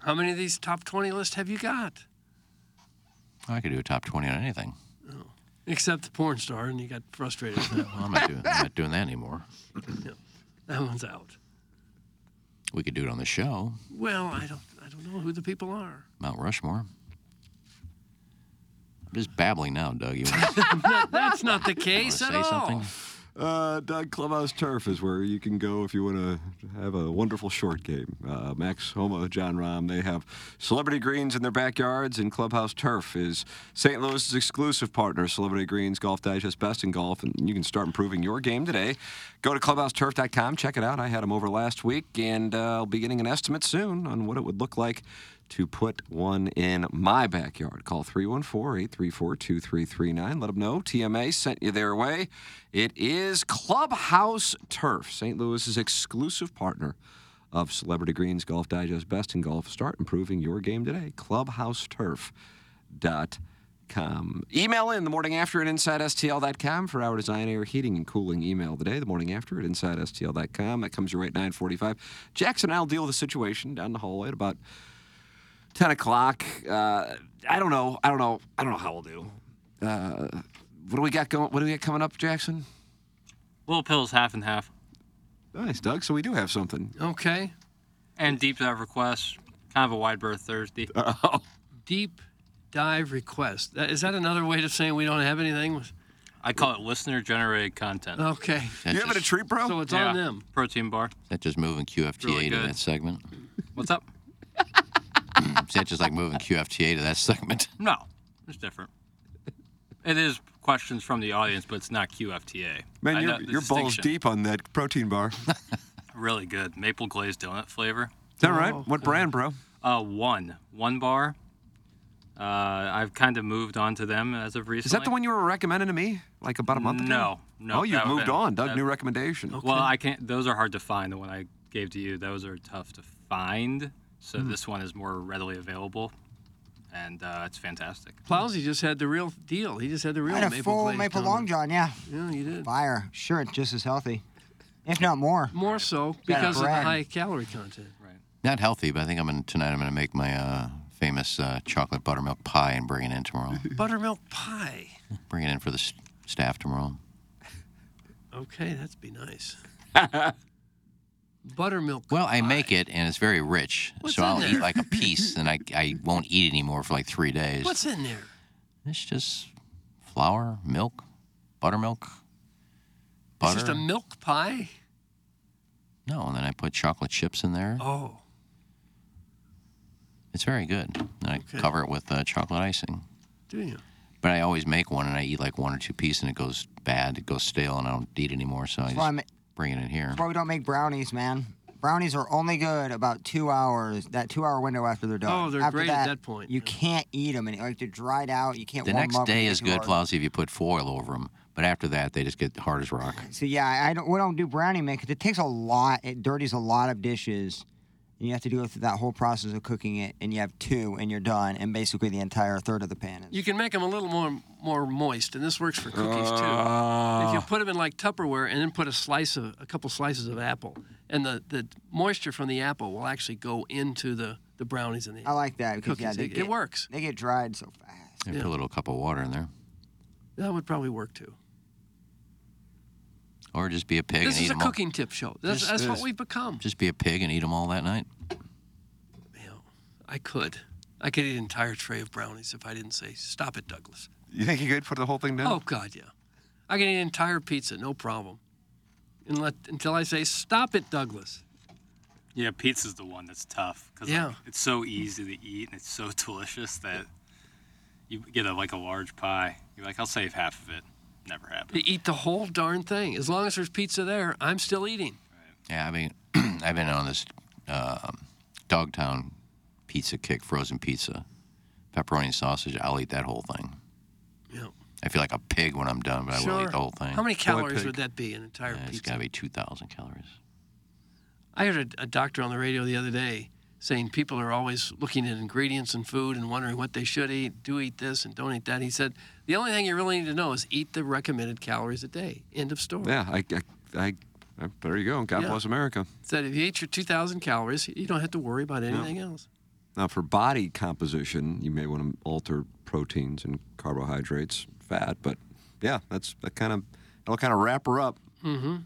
[SPEAKER 5] How many of these top twenty lists have you got?
[SPEAKER 3] I could do a top 20 on anything.
[SPEAKER 5] Except the porn star, and you got frustrated with that
[SPEAKER 3] Well, I'm
[SPEAKER 5] one.
[SPEAKER 3] not, doing, I'm not doing that anymore.
[SPEAKER 5] that one's out.
[SPEAKER 3] We could do it on the show,
[SPEAKER 5] Well, I don't I don't know who the people are.
[SPEAKER 3] Mount Rushmore. I'm just babbling now, Doug. You want
[SPEAKER 5] That- that's not the case at
[SPEAKER 3] say
[SPEAKER 5] all.
[SPEAKER 3] something?
[SPEAKER 6] Uh, Doug Clubhouse Turf is where you can go if you want to have a wonderful short game. Uh, Max Homa, John Rahm, they have celebrity greens in their backyards, and Clubhouse Turf is St. Louis's exclusive partner, Celebrity Greens Golf Digest Best in Golf, and you can start improving your game today. Go to clubhouseturf.com, check it out. I had them over last week, and uh, I'll be getting an estimate soon on what it would look like to put one in my backyard. Call 314 834 2339. Let them know TMA sent you their way. It is Clubhouse Turf, St. Louis's exclusive partner of Celebrity Greens Golf Digest Best in Golf. Start improving your game today. ClubhouseTurf.com. Email in the morning after at InsideSTL.com for our design, air, heating, and cooling email today. The morning after at InsideSTL.com. That comes your way at 945. Jackson and I will deal with the situation down the hallway at about 10 o'clock. Uh, I don't know. I don't know. I don't know how we'll do. Uh, what do we got going? What do we got coming up, Jackson?
[SPEAKER 8] Little pills, half and half.
[SPEAKER 6] Nice, Doug. So we do have something.
[SPEAKER 5] Okay.
[SPEAKER 8] And deep dive requests. Kind of a wide berth Thursday.
[SPEAKER 5] Deep dive request. That- Is that another way of saying we don't have anything?
[SPEAKER 8] I call it listener generated content.
[SPEAKER 5] Okay.
[SPEAKER 3] That's
[SPEAKER 8] having a
[SPEAKER 6] treat, bro?
[SPEAKER 5] So it's
[SPEAKER 8] yeah.
[SPEAKER 5] on them.
[SPEAKER 8] Protein bar.
[SPEAKER 3] Is that just moving QFTA
[SPEAKER 8] Really
[SPEAKER 3] to
[SPEAKER 8] good.
[SPEAKER 3] that segment?
[SPEAKER 8] What's up?
[SPEAKER 3] Is that just like moving QFTA to that segment?
[SPEAKER 8] No, it's different. It is questions from the audience, but it's not QFTA. I
[SPEAKER 6] Man,
[SPEAKER 8] know
[SPEAKER 6] you're,
[SPEAKER 8] the
[SPEAKER 6] you're balls
[SPEAKER 8] distinction.
[SPEAKER 6] deep on that protein bar. Is
[SPEAKER 8] Really good. Maple glazed donut flavor.
[SPEAKER 6] that right? What brand, bro?
[SPEAKER 8] Uh, one. One bar. Uh, I've kind of moved on to them as of recently.
[SPEAKER 6] Is that the one you were recommending to me like about a month ago?
[SPEAKER 8] No, no,
[SPEAKER 6] Oh, you've
[SPEAKER 8] that would've
[SPEAKER 6] moved
[SPEAKER 8] been-
[SPEAKER 6] on, Doug.
[SPEAKER 8] that-
[SPEAKER 6] New recommendation.
[SPEAKER 8] Well, I can't. Those are hard to find. The one I
[SPEAKER 6] gave to you, those are tough to find. So
[SPEAKER 5] Hmm.
[SPEAKER 6] this one is more readily available, and uh, it's fantastic.
[SPEAKER 5] Plowsy just had the real deal. He just had the real
[SPEAKER 4] I had a
[SPEAKER 5] maple
[SPEAKER 4] full
[SPEAKER 5] glazed
[SPEAKER 4] maple
[SPEAKER 5] donut.
[SPEAKER 4] long john, yeah.
[SPEAKER 5] Yeah, you did.
[SPEAKER 4] Fire. Sure, it's just as healthy, if not more.
[SPEAKER 5] More so
[SPEAKER 4] Yeah,
[SPEAKER 5] because of the
[SPEAKER 4] bread.
[SPEAKER 5] high calorie content. Right.
[SPEAKER 3] Not healthy, but I think I'm gonna tonight. I'm gonna make my uh, famous uh, chocolate buttermilk pie and bring it in tomorrow.
[SPEAKER 5] Buttermilk pie.
[SPEAKER 3] bring it in for the s staff tomorrow.
[SPEAKER 5] Okay, that'd be nice. Buttermilk.
[SPEAKER 3] Well, I make it and it's very rich,
[SPEAKER 5] What's
[SPEAKER 3] so
[SPEAKER 5] in
[SPEAKER 3] I'll
[SPEAKER 5] there?
[SPEAKER 3] eat like a piece, and I, I won't eat anymore for like three days.
[SPEAKER 5] What's in there?
[SPEAKER 3] It's just flour, milk, buttermilk, butter.
[SPEAKER 5] It's just a milk pie.
[SPEAKER 3] No, and then I put chocolate chips in there.
[SPEAKER 5] Oh,
[SPEAKER 3] It's very good. And I
[SPEAKER 5] Okay.
[SPEAKER 3] cover it with uh, chocolate icing.
[SPEAKER 5] do you?
[SPEAKER 3] But I always make one and I eat like one or two pieces and it goes bad. It goes stale and I don't eat anymore. So I
[SPEAKER 4] That's why, I
[SPEAKER 3] just
[SPEAKER 4] ma-
[SPEAKER 3] bring it in here.
[SPEAKER 4] that's why we don't make brownies, man. Brownies are only good about two hours, that two hour window after they're done.
[SPEAKER 5] Oh, they're
[SPEAKER 4] after
[SPEAKER 5] great at that point,
[SPEAKER 4] You can't eat them, and like they're dried out. You can't
[SPEAKER 3] The
[SPEAKER 4] warm 'em
[SPEAKER 3] next
[SPEAKER 4] up when
[SPEAKER 3] day
[SPEAKER 4] they
[SPEAKER 3] is
[SPEAKER 4] get too
[SPEAKER 3] good,
[SPEAKER 4] hard.
[SPEAKER 3] Flossie, if you put foil over them. But after that, they just get hard as rock.
[SPEAKER 4] So yeah, I- I don't. We don't do brownie mix. 'cause It takes a lot. It dirties a lot of dishes. And you have to deal with that whole process of cooking it, and you have two, and you're done, and basically the entire third of the pan. Is.
[SPEAKER 5] You can make them a little more more moist, and this works for cookies too. if you
[SPEAKER 4] Ah.
[SPEAKER 5] put them in like Tupperware and then put a slice of a couple slices of apple, and the, the moisture from the apple will actually go into the, the brownies and the
[SPEAKER 4] I like that because
[SPEAKER 5] cookies.
[SPEAKER 4] yeah,
[SPEAKER 5] it,
[SPEAKER 4] they
[SPEAKER 5] it
[SPEAKER 4] get,
[SPEAKER 5] works.
[SPEAKER 4] They get dried so fast.
[SPEAKER 3] And put a little cup of water in there.
[SPEAKER 5] That would probably work too.
[SPEAKER 3] Or just be a pig
[SPEAKER 5] this
[SPEAKER 3] and eat
[SPEAKER 5] is a
[SPEAKER 3] 'em all.
[SPEAKER 5] cooking tip show. That's,
[SPEAKER 3] This
[SPEAKER 5] that's what
[SPEAKER 3] is.
[SPEAKER 5] we've become.
[SPEAKER 3] Just be a pig and eat them all that night.
[SPEAKER 5] I could. I could eat an entire tray of brownies if I didn't say, stop it, Douglas.
[SPEAKER 11] You think you could put the whole thing down?
[SPEAKER 5] Oh, God, yeah. I could eat an entire pizza, no problem. And let, until I say, stop it, Douglas.
[SPEAKER 6] Yeah, pizza's the one that's tough because
[SPEAKER 5] Yeah.
[SPEAKER 6] it's so easy to eat and it's so delicious that you get a, like a large pie. You're like, I'll save half of it. Never happens.
[SPEAKER 5] You eat the whole darn thing. As long as there's pizza there, I'm still eating.
[SPEAKER 3] Yeah, I mean, I've been on this um Dogtown pizza kick, frozen pizza, pepperoni and sausage. I'll eat that whole thing.
[SPEAKER 5] Yeah.
[SPEAKER 3] I feel like a pig when I'm done, but I will eat the whole thing.
[SPEAKER 5] How many calories would that be, an entire
[SPEAKER 3] Yeah, it's
[SPEAKER 5] pizza?
[SPEAKER 3] got to be 2,000 calories.
[SPEAKER 5] I heard a, a doctor on the radio the other day saying people are always looking at ingredients in food and wondering what they should eat, do eat this and don't eat that. He said, the only thing you really need to know is eat the recommended calories a day. End of story.
[SPEAKER 11] Yeah, I, I, I, I- there you go. God
[SPEAKER 5] Yeah.
[SPEAKER 11] bless America.
[SPEAKER 5] Said if you eat your 2,000 calories, you don't have to worry about anything else.
[SPEAKER 11] Now, for body composition, you may want to alter proteins and carbohydrates, fat, but yeah, that's that kind of that'll kind of wrap her up.
[SPEAKER 5] Mm-hmm.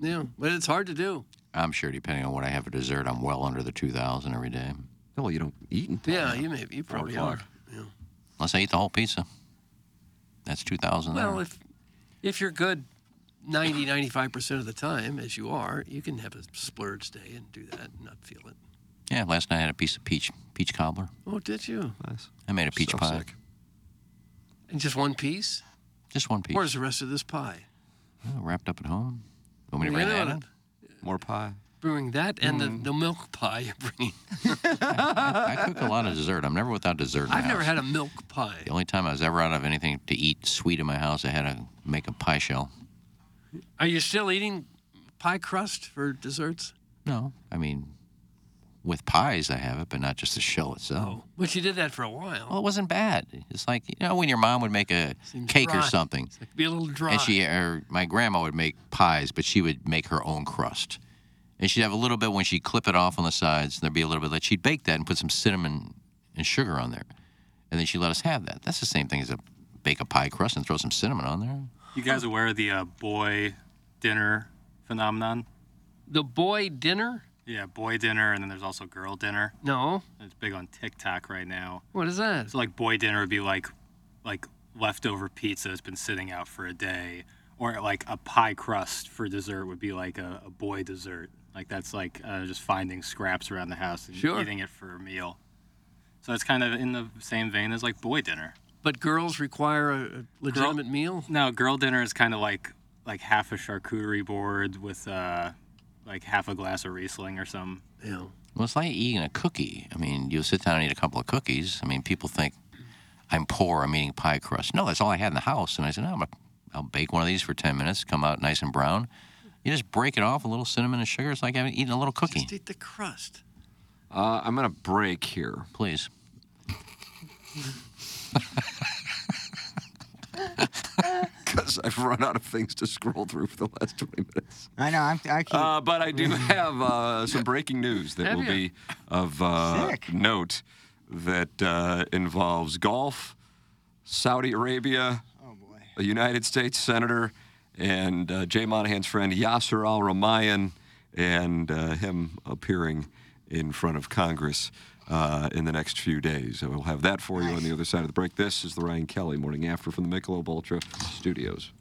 [SPEAKER 5] Yeah, but it's hard to do.
[SPEAKER 3] I'm sure, depending on what I have for dessert, I'm well under the 2,000 every day.
[SPEAKER 11] No, you don't eat until
[SPEAKER 5] Yeah, you may, you probably are.
[SPEAKER 3] Unless I eat the whole pizza. That's 2,000
[SPEAKER 5] Well,
[SPEAKER 3] there.
[SPEAKER 5] if if you're good 90, 95% of the time, as you are, you can have a splurge day and do that and not feel it.
[SPEAKER 3] Yeah, last night I had a piece of peach peach cobbler.
[SPEAKER 5] Oh, did you?
[SPEAKER 11] Nice.
[SPEAKER 3] I made a peach
[SPEAKER 11] So
[SPEAKER 3] pie.
[SPEAKER 11] sick.
[SPEAKER 5] And just one piece?
[SPEAKER 3] Just one piece.
[SPEAKER 5] Where's the rest of this pie?
[SPEAKER 3] Yeah, wrapped up at home. Want me to bring
[SPEAKER 5] Well, you know
[SPEAKER 3] that
[SPEAKER 5] what?
[SPEAKER 3] in?
[SPEAKER 11] More pie.
[SPEAKER 5] Brewing that and the, the milk pie you're bringing.
[SPEAKER 3] I cook a lot of dessert. I'm never without dessert. In my
[SPEAKER 5] Uh, I've never
[SPEAKER 3] house.
[SPEAKER 5] had a milk pie.
[SPEAKER 3] The only time I was ever out of anything to eat sweet in my house, I had to make a pie shell.
[SPEAKER 5] Are you still eating pie crust for desserts?
[SPEAKER 3] No. I mean, with pies, I have it, but not just the shell itself.
[SPEAKER 5] But you did that for a while.
[SPEAKER 3] Well, it wasn't bad. It's like, you know, when your mom would make a cake or
[SPEAKER 5] dry.
[SPEAKER 3] something.
[SPEAKER 5] Be a little dry.
[SPEAKER 3] And she, or my grandma would make pies, but she would make her own crust. And she'd have a little bit when she'd clip it off on the sides, there'd be a little bit that she'd bake that and put some cinnamon and sugar on there. And then she let us have that. That's the same thing as a bake a pie crust and throw some cinnamon on there.
[SPEAKER 6] You guys aware of the uh, boy dinner phenomenon?
[SPEAKER 5] The boy dinner?
[SPEAKER 6] Yeah, boy dinner, and then there's also girl dinner.
[SPEAKER 5] No.
[SPEAKER 6] It's big on TikTok right now.
[SPEAKER 5] What is that?
[SPEAKER 6] So like boy dinner would be like like leftover pizza that's been sitting out for a day, or like a pie crust for dessert would be like a, a boy dessert. Like that's like uh, just finding scraps around the house and
[SPEAKER 5] Sure.
[SPEAKER 6] eating it for a meal. So it's kind of in the same vein as like boy dinner.
[SPEAKER 5] But girls require a a legitimate meal?
[SPEAKER 6] No, girl dinner is kind of like like half a charcuterie board with uh like half a glass of Riesling or something.
[SPEAKER 5] Yeah.
[SPEAKER 3] Well, it's like eating a cookie. I mean, you sit down and eat a couple of cookies. I mean, people think I'm poor. I'm eating pie crust. No, that's all I had in the house. And I said, no, I'm gonna, I'll bake one of these for 10 minutes. Come out nice and brown. You just break it off a little cinnamon and sugar. It's like having eating a little cookie.
[SPEAKER 12] Just eat the crust.
[SPEAKER 6] Uh, I'm going to break here.
[SPEAKER 3] Please.
[SPEAKER 6] Because I've run out of things to scroll through for the last 20 minutes.
[SPEAKER 4] I know. I'm, I keep.
[SPEAKER 6] Uh, but I do have uh, some breaking news that
[SPEAKER 4] Have
[SPEAKER 6] will
[SPEAKER 4] ya?
[SPEAKER 6] be of uh, note that uh, involves golf, Saudi Arabia, a United States senator, and uh, Jay Monahan's friend Yasser Al Ramayan, and uh, him appearing in front of Congress. Uh, in the next few days. We'll have that for you on the other side of the break. This is the Ryan Kelly Morning After from the Michelob Ultra Studios.